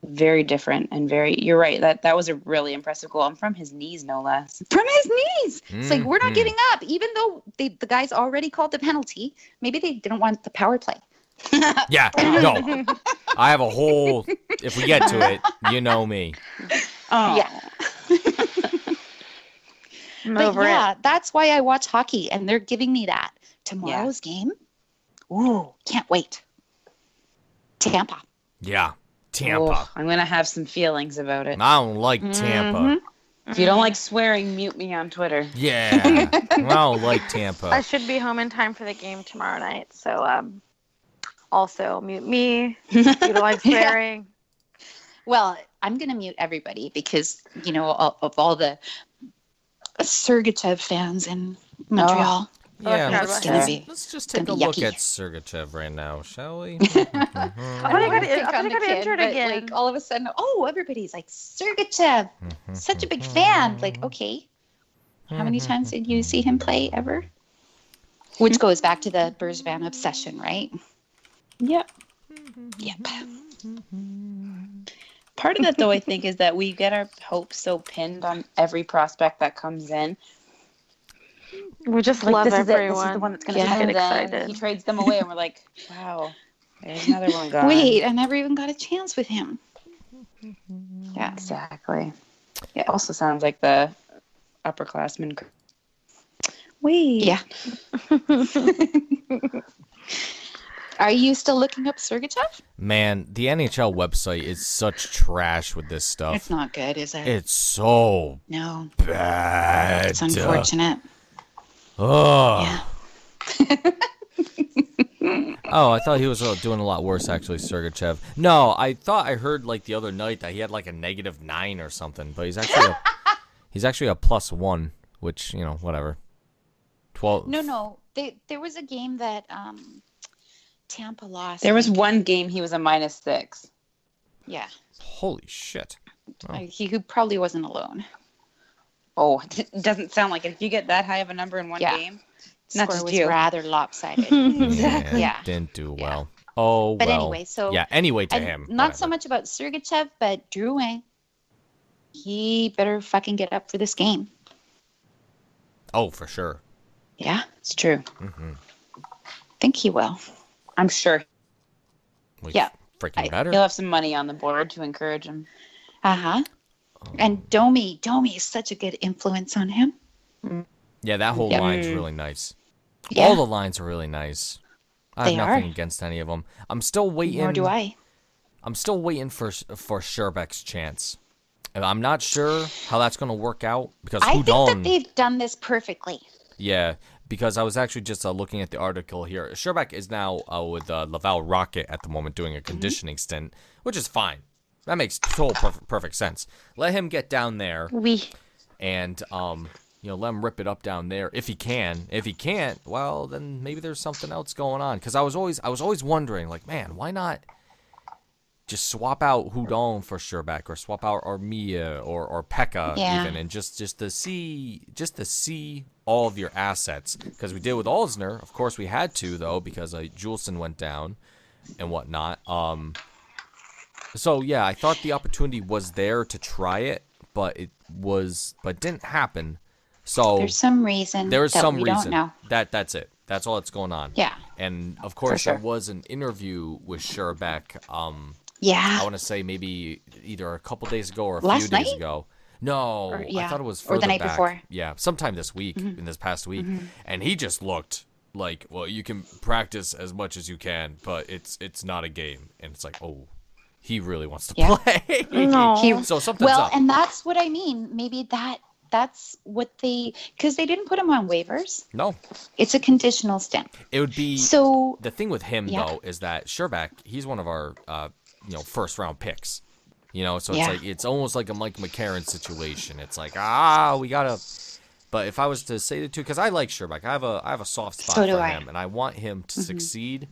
very different and very. You're right. That that was a really impressive goal, and from his knees, no less. from his knees. It's like we're Mhm. not giving up, even though they, the guys already called the penalty. Maybe they didn't want the power play. Yeah, no. I have a whole. If we get to it, you know me. Oh, Yeah. I'm But over it. yeah, that's why I watch hockey, and they're giving me that tomorrow's game. Ooh, can't wait. Tampa. Yeah, Tampa. Oof, I'm gonna have some feelings about it. I don't like Tampa. Mhm. Mm-hmm. If you don't like swearing, mute me on Twitter. Yeah, I don't like I Tampa. should be home in time for the game tomorrow night. So um, also mute me. You don't like swearing. Well, I'm going to mute everybody because, you know, of, of all the Sergachev fans in Montreal. Oh, Yeah, God let's bless just, her. let's just Gonna take a be look yucky. at Sergachev right now, shall we? I thought he Mhm, got- wanna I pick thought on he the got injured but, again. Like, all of a sudden, oh, everybody's like, Sergachev, mhm, such a big mhm. fan. Like, okay, how many Mm-hmm. Mm-hmm. times did you see him play ever? Hmm? Which goes back to the Bergevin obsession, right? Yep. Yep. Part of that, though, I think, is that we get our hopes so pinned on every prospect that comes in. We just Like, love this is it. everyone. This is the one that's going to Yeah. yeah, uh, Get excited. He trades them away, and we're like, wow, there's another one gone. Wait, I never even got a chance with him. Yeah. Exactly. Yeah, it also sounds like the upperclassman. cr- Wait. Yeah. Are you still looking up Sergachev? Man, the NHL website is such trash with this stuff. It's not good, is it? It's so no, bad. it's unfortunate. Ugh. Yeah. oh, I thought he was uh, doing a lot worse actually, Sergachev. No, I thought I heard like the other night that he had like a negative nine or something, but he's actually a, he's actually a plus one, which you know whatever. Twelve. No, no. They, there was a game that um, Tampa lost. There was one game he was a minus six. Yeah. Holy shit. Oh. Uh, He who probably wasn't alone. Oh, it doesn't sound like it. If you get that high of a number in one Yeah. game, Score Not was just you. rather lopsided. Exactly. Yeah. Didn't do Yeah. well. Oh but well. anyway, so yeah. Anyway, to and him. not so much about Sergachev, but Drouin. He better fucking get up for this game. Oh, for sure. Yeah, it's true. hmm think he will. I'm sure Yeah. Freaking I- better. he'll have some money on the board to encourage him. Uh huh. Oh. And Domi, Domi is such a good influence on him. Yeah, that whole Yeah. line's Mm. really nice. Yeah. All the lines are really nice. I have They nothing are. against any of them. I'm still waiting. Nor do I. I'm still waiting for for Sherbeck's chance. And I'm not sure how that's going to work out because I think that Houdon. they've done this perfectly. Yeah, because I was actually just uh, looking at the article here. Sherbeck is now uh, with uh, Laval Rocket at the moment doing a Mm-hmm. conditioning stint, which is fine. That makes total perfect, perfect sense. Let him get down there we. and um, you know, let him rip it up down there if he can. If he can't, well, then maybe there's something else going on. Because I was always, I was always wondering, like, man, why not? just swap out Houdon for Sherbeck or swap out Armia or or Pekka Yeah. even and just just to see just to see all of your assets because we did with Alsner of course we had to though because uh, Juleson went down and whatnot um so yeah I thought the opportunity was there to try it but it was but it didn't happen so There's some reason. Oh. there is that some we reason Don't know. that that's it that's all that's going on Yeah. and of course sure. there was an interview with Sherbeck um. I Yeah. want to say maybe either a couple days ago or a Ah. Last few days night? ago. No, Or- I yeah, thought it or was the further night back. before. Mm-hmm. Yeah, sometime this week, in this past week, and he just looked like, well, you can practice as much as you can, but it's it's not a game, and it's like, oh, he really wants to Yeah. play. No. He- So something's Well, up. and that's what I mean. Maybe that that's what they because they didn't put him on waivers. no, It's a conditional stint. it would be So the thing with him Yeah. though is that Sherback, he's one of our uh, you know first round picks. You know, so it's Yeah. like it's almost like a Mike McCarron situation. It's like ah, we gotta. But if I was to say the two, because I like Sherback, I have a I have a soft spot So do for I. Mm-hmm. him, and I want him to succeed.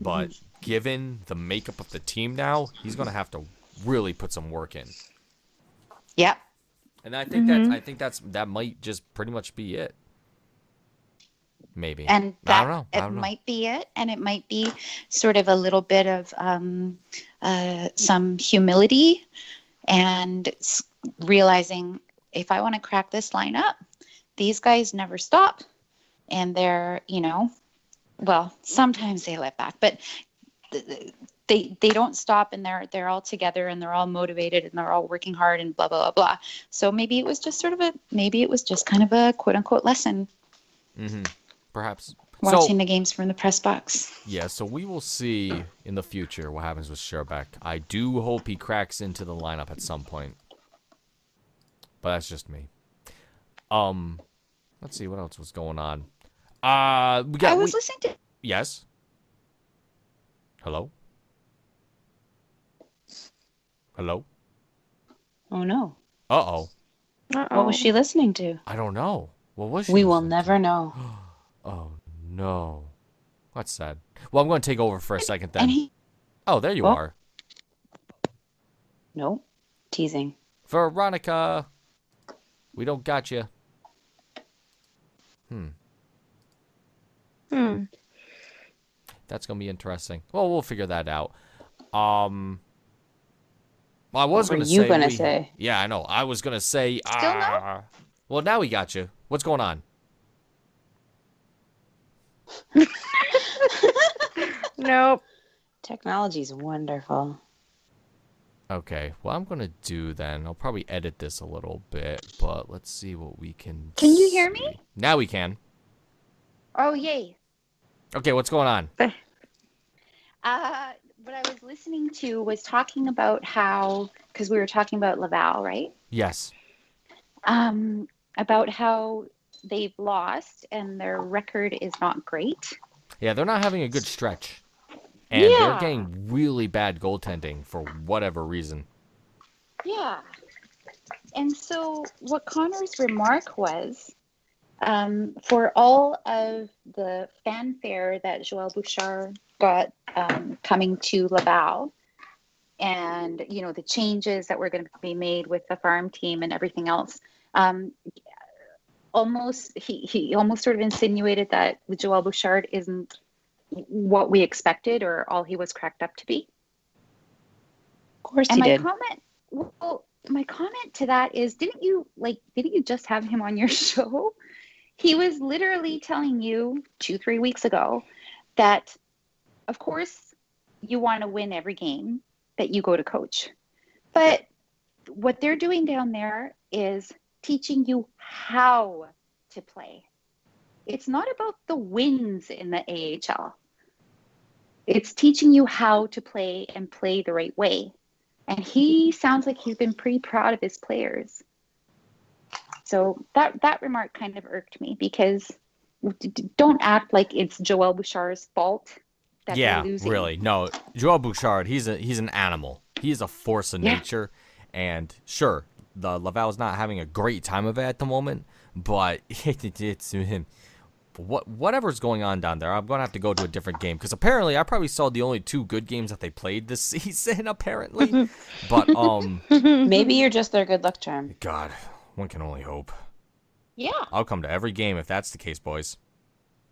But given the makeup of the team now, he's gonna have to really put some work in. yeah. And I think Mm-hmm. that's I think that's that might just pretty much be it. Maybe. And I that don't know. I it don't know. might be it. And it might be sort of a little bit of um, uh, some humility and s- realizing if I want to crack this line up, these guys never stop. And they're, you know, well, sometimes they let back, but th- th- they they don't stop and they're they're all together and they're all motivated and they're all working hard and blah blah blah blah. So maybe it was just sort of a maybe it was just kind of a quote unquote lesson hmm Perhaps. So- watching the games from the press box. Yeah, so we will see in the future what happens with Sherbeck. I do hope he cracks into the lineup at some point. But that's just me. Um let's see what else was going on. Uh we got I was we- listening to Yes. Hello? Hello? Oh no. Uh-oh. What was she listening to? I don't know. What was she we will listening to? never know. Oh no. That's sad. Well, I'm going to take over for a second then. and he Oh, there you Well- are. Nope. Teasing. Veronica, we don't got you. Hmm. That's gonna be interesting. Well, we'll figure that out. Um, I was What were gonna you say. gonna we- say? Yeah, I know. I was gonna say. Still no? ah, Well, now we got you. What's going on? Hmm. Nope. Technology's wonderful. Okay. Well, I'm gonna do then. I'll probably edit this a little bit, but let's see what we can. Can you hear see. me? Now we can. oh yay. Okay, what's going on? Uh, what I was listening to was talking about how because we were talking about Laval, right? Yes. Um, about how they've lost and their record is not great. Yeah, they're not having a good stretch, and they're Yeah. getting really bad goaltending for whatever reason. Yeah. And so, what Connor's remark was um, for all of the fanfare that Joël Bouchard got um, coming to Laval, and you know the changes that were going to be made with the farm team and everything else. Um, almost he, he almost sort of insinuated that Joël Bouchard isn't what we expected or all he was cracked up to be. Of course And he my did. comment, well, my comment to that is, didn't you like? Didn't you just have him on your show? He was literally telling you two, three weeks ago that, of course, you want to win every game that you go to coach, but what they're doing down there is teaching you how to play. It's not about the wins in the AHL. It's teaching you how to play and play the right way and he sounds like he's been pretty proud of his players. So that that remark kind of irked me because d- d- don't act like it's Joel Bouchard's fault that yeah, they're losing. really. No, Joel Bouchard, he's a he's an animal. He's a force of Yeah. nature, and sure, the Laval's not having a great time of it at the moment, but it's him. what whatever's going on down there. I'm gonna have to go to a different game because apparently I probably saw the only two good games that they played this season. Apparently, but um, Maybe you're just their good luck charm. God, one can only hope. Yeah. I'll come to every game if that's the case, boys.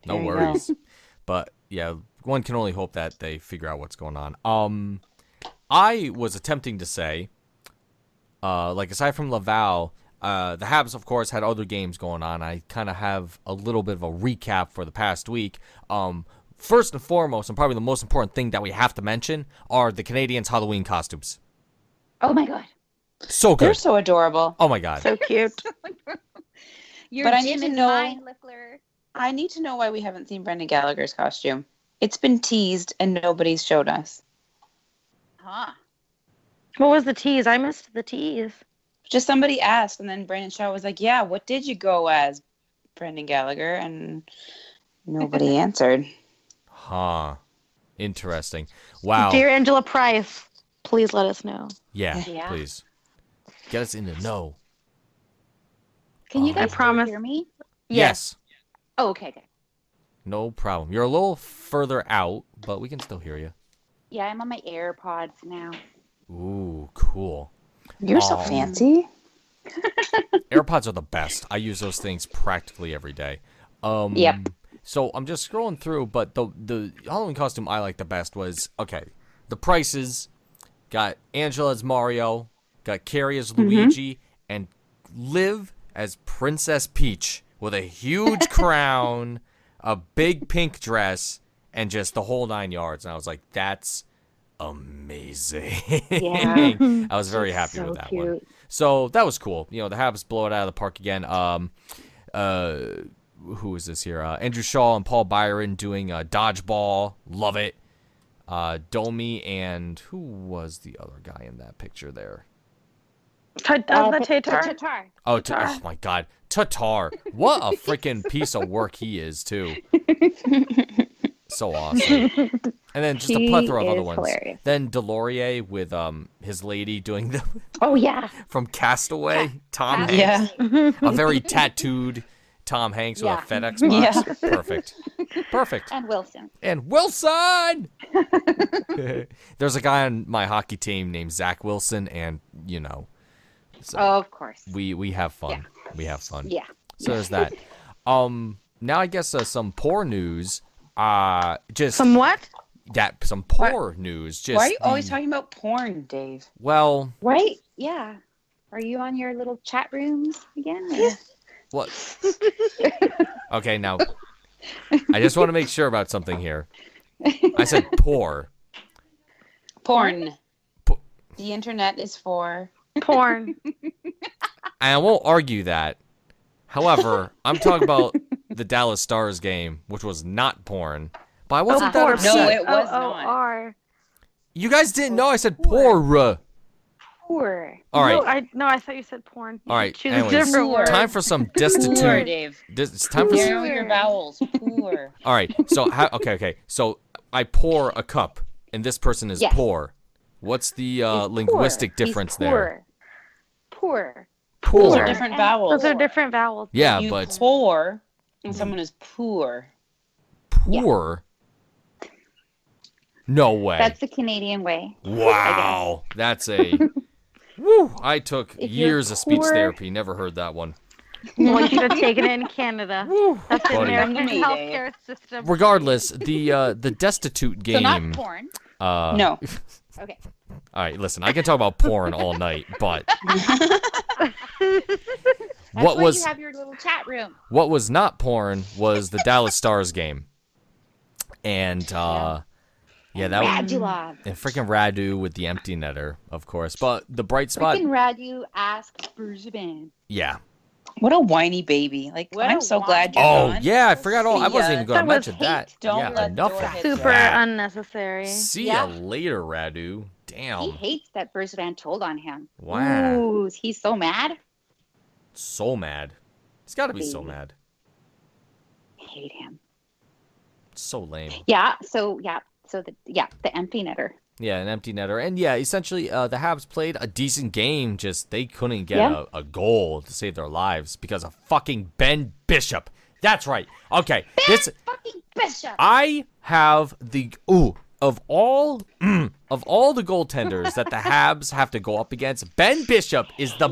No There you go. worries. but yeah, one can only hope that they figure out what's going on. Um, I was attempting to say, uh, like aside from Laval, uh, the Habs of course had other games going on. I kind of have a little bit of a recap for the past week. Um, first and foremost, and probably the most important thing that we have to mention are the Canadians' Halloween costumes. Oh my god. So They're good. so adorable. Oh my god. So cute. Your But I need gym to is know- mine, Lickler. I need to know why we haven't seen Brendan Gallagher's costume. It's been teased and nobody's showed us. Huh. What was the tease? I missed the tease. Just somebody asked, and then Brandon Shaw was like, "Yeah, what did you go as, Brendan Gallagher?" And nobody answered. Huh. Interesting. Wow. Dear Angela Price, please let us know. Yeah, Yeah. please. Get us in the know. Can you Oh. guys I still promise- hear me? Yes. Oh, okay, okay. No problem. You're a little further out, but we can still hear you. Yeah, I'm on my AirPods now. Ooh, cool. You're so Aw. fancy. AirPods are the best. I use those things practically every day. Um, Yep. So I'm just scrolling through, but the the Halloween costume I liked the best was okay. The prices got Angela as Mario, got Carrie Mm-hmm. as Luigi, and Liv as Princess Peach with a huge crown, a big pink dress, and just the whole nine yards. And I was like, that's amazing. Yeah. I was very She's happy so with that cute. one. So that was cool. You know, the Habs blow it out of the park again. Um, uh, who is this here? Uh, Andrew Shaw and Paul Byron doing uh, dodgeball. Love it. Uh, Domi and who was the other guy in that picture there? Uh, the Ta- Tatar. Tatar. Oh, t- oh my God, Tatar! What a freaking piece of work he is too. So awesome. And then just a He plethora of other is ones. hilarious. Then Delorier with um his lady doing the Oh yeah. from Castaway. Tom Hanks. Yeah. a very tattooed Tom Hanks Yeah. with a FedEx box. Perfect. Perfect. And Wilson. And Wilson! There's a guy on my hockey team named Zach Wilson, and, you know, so Oh, of course. we, we have fun. We have fun. Yeah. So there's that. Um, now I guess uh, some poor news. Uh, just Some what? that some poor news. Just Why are you always the- talking about porn, Dave? Well, Right? Yeah. Are you on your little chat rooms again? or- What? okay, now I just want to make sure about something here. I said poor. Porn. Po- The internet is for. Porn. And I won't argue that. However, I'm talking about the Dallas Stars game, which was not porn. But I wasn't that poor. upset. No, it Oh, was not. O-O-R. you guys didn't know I said poor. Poor. All right, No, I, no, I thought you said porn. All right, Choose anyways, a different word. time for some Poor, destitute. Dave. This, it's time for. Narrow Some, Poor. your vowels. Poor. all right, so how, okay, okay, so I pour a cup, and this person is Yes. poor. What's the uh, He's poor. linguistic He's difference there? poor. Poor. Those Poor. are different And vowels. Those are different vowels. Yeah, you but poor and someone is poor. Yeah. poor. No way. That's the Canadian way. wow. That's a. Woo! I took If you're years of speech poor- therapy. Never heard that one. Well, you should have taken it in Uh, Canada. Woo! That's the buddy. American Mayday. healthcare system. Regardless, the uh, the destitute So not game. porn. uh, no. Okay. All right, listen. I can talk about porn all night, but That's what why was you have your little chat room. what was not porn was the Dallas Stars game, and uh, yeah, that was Radulov. and freaking Radu with the empty netter, of course. But the bright spot, Freaking Radu asked Bergevin. yeah, What a whiny baby. Like What I'm a so whiny- glad you're Oh gone. yeah, I forgot all. I wasn't ya. even going to That was mention hate. that. Don't yeah, let enough door of hit that. you. Super unnecessary. See Yeah. ya later, Radu. Damn. He hates that Bergevin told on him. Um. Wow. Ooh, he's so mad. So mad. He's got to be so Baby. mad. Hate him. So lame. Yeah. So yeah. So the yeah the empty netter. Yeah, an empty netter, and yeah, essentially, uh, the Habs played a decent game. Just they couldn't get Yeah. a, a goal to save their lives because of fucking Ben Bishop. That's right. Okay. This Fucking Bishop. I have the ooh of all mm, of all the goaltenders that the Habs have to go up against. Ben Bishop is the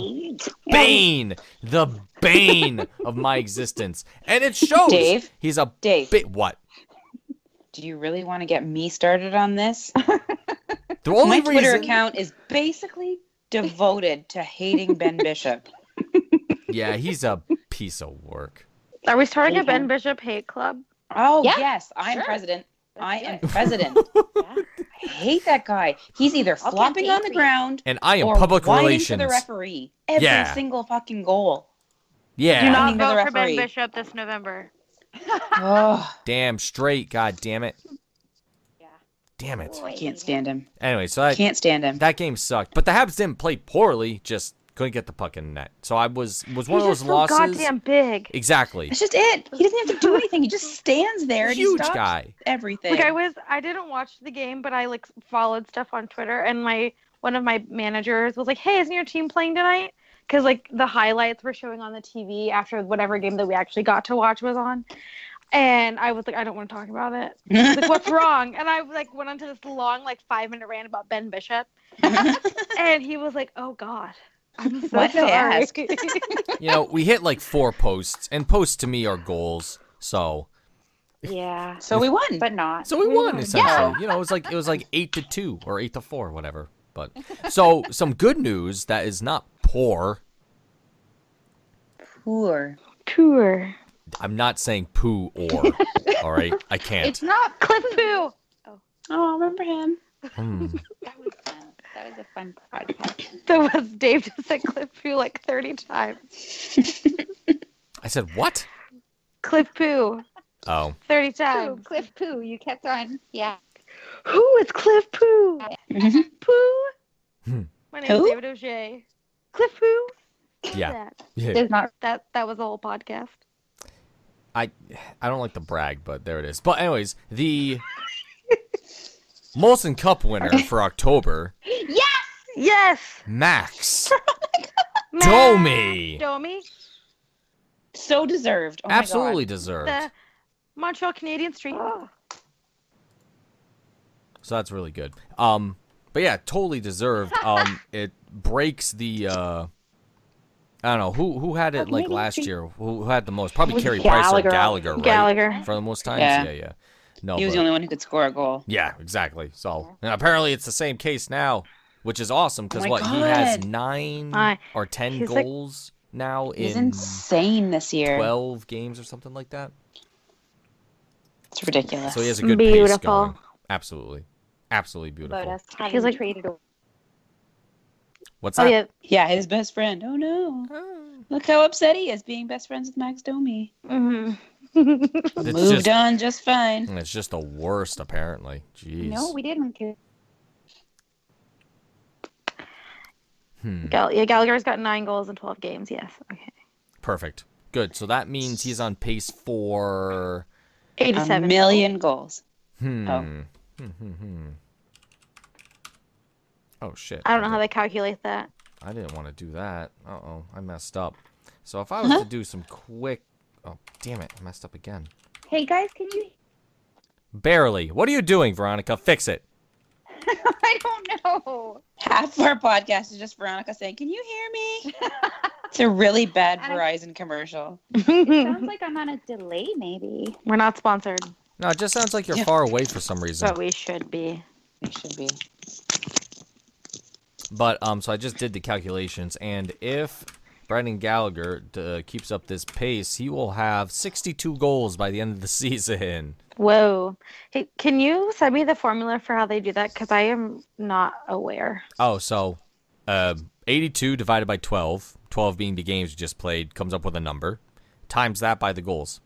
bane, the bane of my existence, and it shows. Dave? he's a Dave, bit what? do you really want to get me started on this? The only My Twitter reason, account is basically devoted to hating Ben Bishop. yeah, he's a piece of work. Are we starting a Mhm. Ben Bishop hate club? Oh Yeah, yes, I'm sure. president. Let's I do am it. president. I hate that guy. He's either I'll flopping campaign on the for you. ground And I am or public whining to relations. the referee every Yeah. single fucking goal. Do yeah, not- not Finding the vote for Ben referee. Bishop this November. oh, damn straight. God damn it. Yeah. Damn it. Boy. can't stand him. Anyway, so I, Can't stand him. that game sucked. But the Habs didn't play poorly, just couldn't get the puck in the net. So I was was one He's of those just so losses. goddamn big. Exactly. That's just it. He doesn't have to do anything. He just stands there and Huge he stops guy. everything. Like I was, I didn't watch the game, but I like followed stuff on Twitter, and my one of my managers was like, "Hey, isn't your team playing tonight?" Because like the highlights were showing on the TV after whatever game that we actually got to watch was on, and I was like, "I don't want to talk about it." He's like, "What's wrong?" And I like went onto this long, like five minute rant about Ben Bishop, and he was like, "Oh God, I'm so Why'd I sorry." ask? You know, we hit like four posts, and posts to me are goals. So yeah. so we won. But not. so we won Yeah. essentially. You know, it was like it was like eight to two or eight to four, whatever. But so some good news that is not poor. poor. Tour. I'm not saying poo or. All right, I can't. It's not. Clip poo. Oh, I remember him. Hmm. That was fun. That was a fun podcast. That was Dave just said clip poo like thirty times. I said what? Clip poo. Oh, 30 Pooh, times. Cliff Pooh, you kept on. Yeah. Who is Cliff Pooh? Mm-hmm. Mhm. Pooh? Hmm. My name's Who? David O'Shea. Cliff Pooh? yeah, That, yeah. Does not. that, that was the whole podcast. I I don't like to brag, but there it is. But anyways, the Molson Cup winner for October, Yeah. Yes! Max Matt Domi. Domi. So deserved. Oh my God. Absolutely deserved. The Montreal Canadian Street. So that's really good. Um, but yeah, totally deserved. Um, it breaks the. Uh, I don't know who who had it like last year. Who, who had the most? Probably Was Carey it Price or Gallagher? Gallagher, right? Gallagher. for the most times. Yeah, Yeah. yeah. No, He was but- the only one who could score a goal. yeah, exactly. So and apparently it's the same case now, which is awesome because my what he has God. nine I- or ten he's like- goals now He's in insane this year. twelve games or something like that. it's ridiculous. So he has a good pace Beautiful. going. Absolutely, absolutely About beautiful. us having He's like- traded away. What's Oh, that? yeah. yeah, his best friend. Oh no. Look how upset he is being best friends with Max Domi. hmm It's Moved just- on just fine. Mm, It's just the worst, apparently. Jeez. No, we didn't. 'cause Hmm. Gall- yeah, Gallagher's got nine goals in 12 games. Yes. Okay. Perfect. Good. So that means he's on pace for. A 87. million goals. Hmm. Oh. Hmm, hmm, hmm. Oh shit. I don't know how they calculate that. I didn't want to do that. Uh oh, I messed up. So if I was to do some quick. Oh damn it! I messed up again. Hey guys, can you? Barely. What are you doing, Veronica? Fix it. I don't know. Half of our podcast is just Veronica saying, Can you hear me? it's a really bad And I- Verizon commercial. Sounds like I'm on a delay, maybe. We're not sponsored, No, it just sounds like you're Yeah. far away for some reason. but we should be. It should be. But um, so I just did the calculations, and if Brendan Gallagher uh, keeps up this pace, he will have 62 goals by the end of the season. Whoa. Hey, can you send me the formula for how they do that? Because I am not aware. Oh, so uh, 82 divided by 12, 12 being the games you just played, comes up with a number, times that by the goals.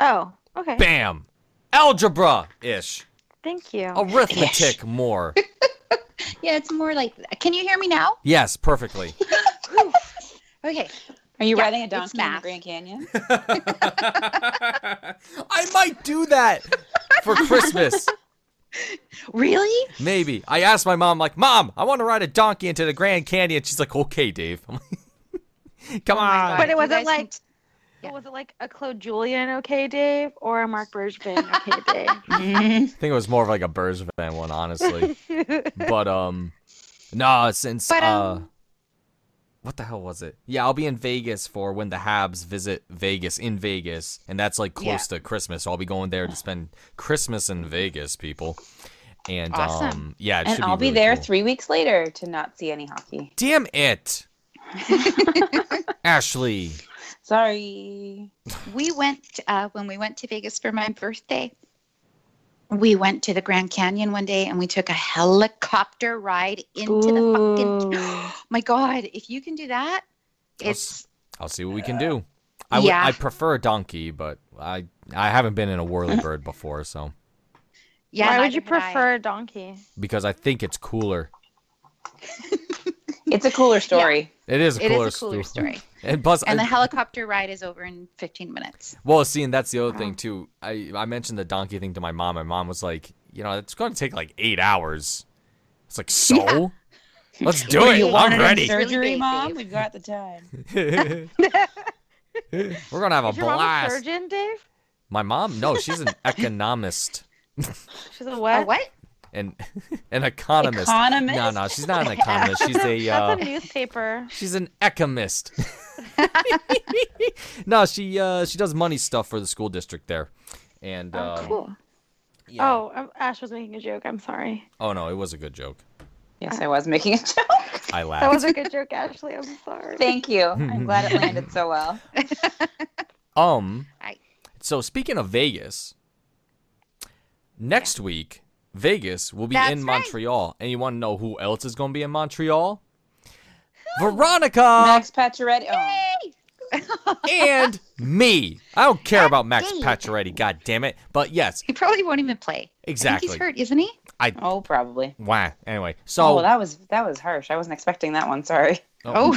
Oh, okay. Bam! Algebra ish, Thank you. arithmetic more. Yeah, it's more like. Can you hear me now? Yes, perfectly. Okay. Are you Yeah, riding a it's donkey in the math. Grand Canyon? I might do that for Christmas. Really? Maybe. I asked my mom, like, Mom, I want to ride a donkey into the Grand Canyon. She's like, Okay, Dave. I'm like, Come on. Oh But it You wasn't guys can- like- But was it like a Claude Julian okay day or a Mark Bergman okay I think it was more of like a Bergevin one, honestly. day? but um, no, since But, uh, um, what the hell was it? Yeah, I'll be in Vegas for when the Habs visit Vegas in Vegas, and that's like close Yeah. to Christmas. So I'll be going there to spend Christmas in Vegas, people. And Awesome. um, yeah, it and should I'll be, be really there cool. three weeks later to not see any hockey. Damn it, Ashley. Sorry. we went uh, when we went to Vegas for my birthday. We went to the Grand Canyon one day and we took a helicopter ride into the fucking. my God, if you can do that, it's I'll see what we can do. I would, yeah. I prefer a donkey, but I I haven't been in a whirlybird before, so yeah. Why would neither you had I. prefer a donkey? because I think it's cooler. It's a cooler story. It is a It cooler, is a cooler sto- story. And plus, And the I- helicopter ride is over in 15 minutes. well, see, and that's the other thing too. I I mentioned the donkey thing to my mom. My mom was like, you know, it's going to take like eight hours. It's like so. Let's do What do it. you want I'm it in ready. Really Surgery, big, mom. Dave. We've got the time. We're gonna have a Is your mom a blast. surgeon, Dave? my mom? No, she's an economist. She's a A what? Oh, what? An an economist. Economist? No, no, she's not an economist. She's a uh, That's a newspaper. She's an ecomist. no, she uh, she does money stuff for the school district there, Oh, and uh, Oh, cool. yeah. Oh, um, Ash was making a joke. I'm sorry. oh no, it was a good joke. Yes, I was making a joke. I That laughed. was a good joke, Ashley. I'm sorry. Thank you. I'm glad it landed so well. um, I- so speaking of Vegas, next week Vegas will be That's in right. Montreal, and you want to know who else is going to be in Montreal? Veronica Max Pacioretty. Oh, and me. I don't care about Max Dave. Pacioretty, god damn it. But yes, He probably won't even play. I think exactly. he's hurt, isn't he? oh probably. Wow. Anyway, so Oh, that was that was harsh. I wasn't expecting that one. Sorry. Oh.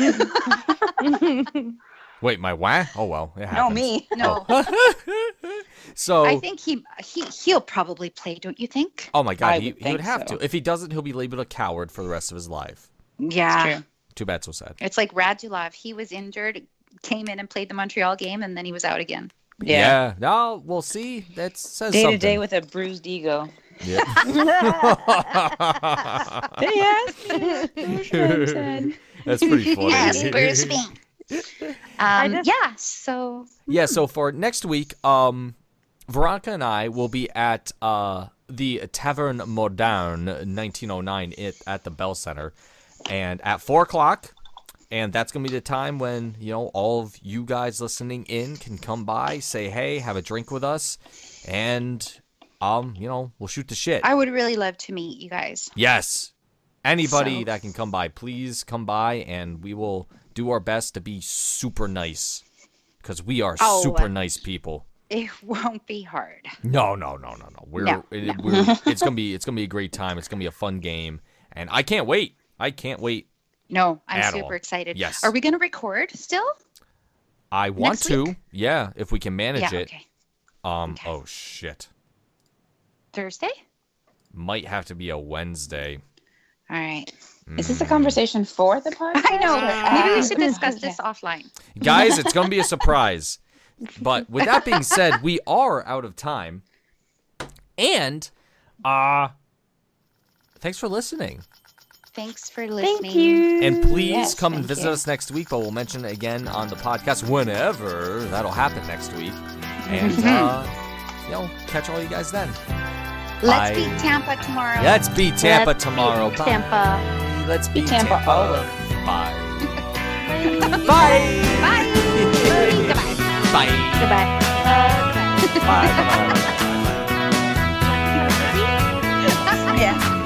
you. Wait, my wah? Oh well, it No, happens. me. No. Oh. so, I think he he he'll probably play, don't you think? oh my I god, he, would he would think have so. to. If he doesn't, he'll be labeled a coward for the rest of his life. Yeah. true. Too bad, so sad. It's like Radulov. He was injured, came in and played the Montreal game, and then he was out again. Yeah. No, we'll see. That says Day to something. day with a bruised ego. Yeah. They asked me. That's pretty funny. Yes, Bruce Bean. Um, just- yeah, so yeah so for next week um veronica and i will be at uh the tavern modern 1909 it at the bell center and at four o'clock and that's gonna be the time when you know all of you guys listening in can come by say hey have a drink with us and um you know we'll shoot the shit I would really love to meet you guys. Yes. Anybody So- that can come by, please come by and we will do our best to be super nice cuz we are Oh, super uh, nice people. It won't be hard. No, no, no, no, no. We're, No, it, no. we're it's going to be it's going to be a great time. It's going to be a fun game and I can't wait. I can't wait. No, I'm At super all. excited. Yes. Are we going to record still? I want Next to. week? Yeah, if we can manage yeah. it. Okay. Um Okay. oh shit. Thursday. Might have to be a Wednesday. All right. Is this a Mm. conversation for the podcast? I know. Maybe we Ah. should discuss this offline. Mm. Guys, it's going to be a surprise. But with that being said, we are out of time. And uh thanks for listening. Thanks for listening. Thank you. And please Yes, come and thank visit you. us next week, but we'll mention it again on the podcast whenever that'll happen next week. And Mm-hmm. uh you know, catch all you guys then. Let's I- beat Tampa tomorrow. Let's beat Tampa Let's tomorrow. beat Bye. Tampa. Let's Beat beat Tampa Tampa. always. Bye. Bye. Goodbye. Bye. Goodbye. Bye. Bye. Yeah.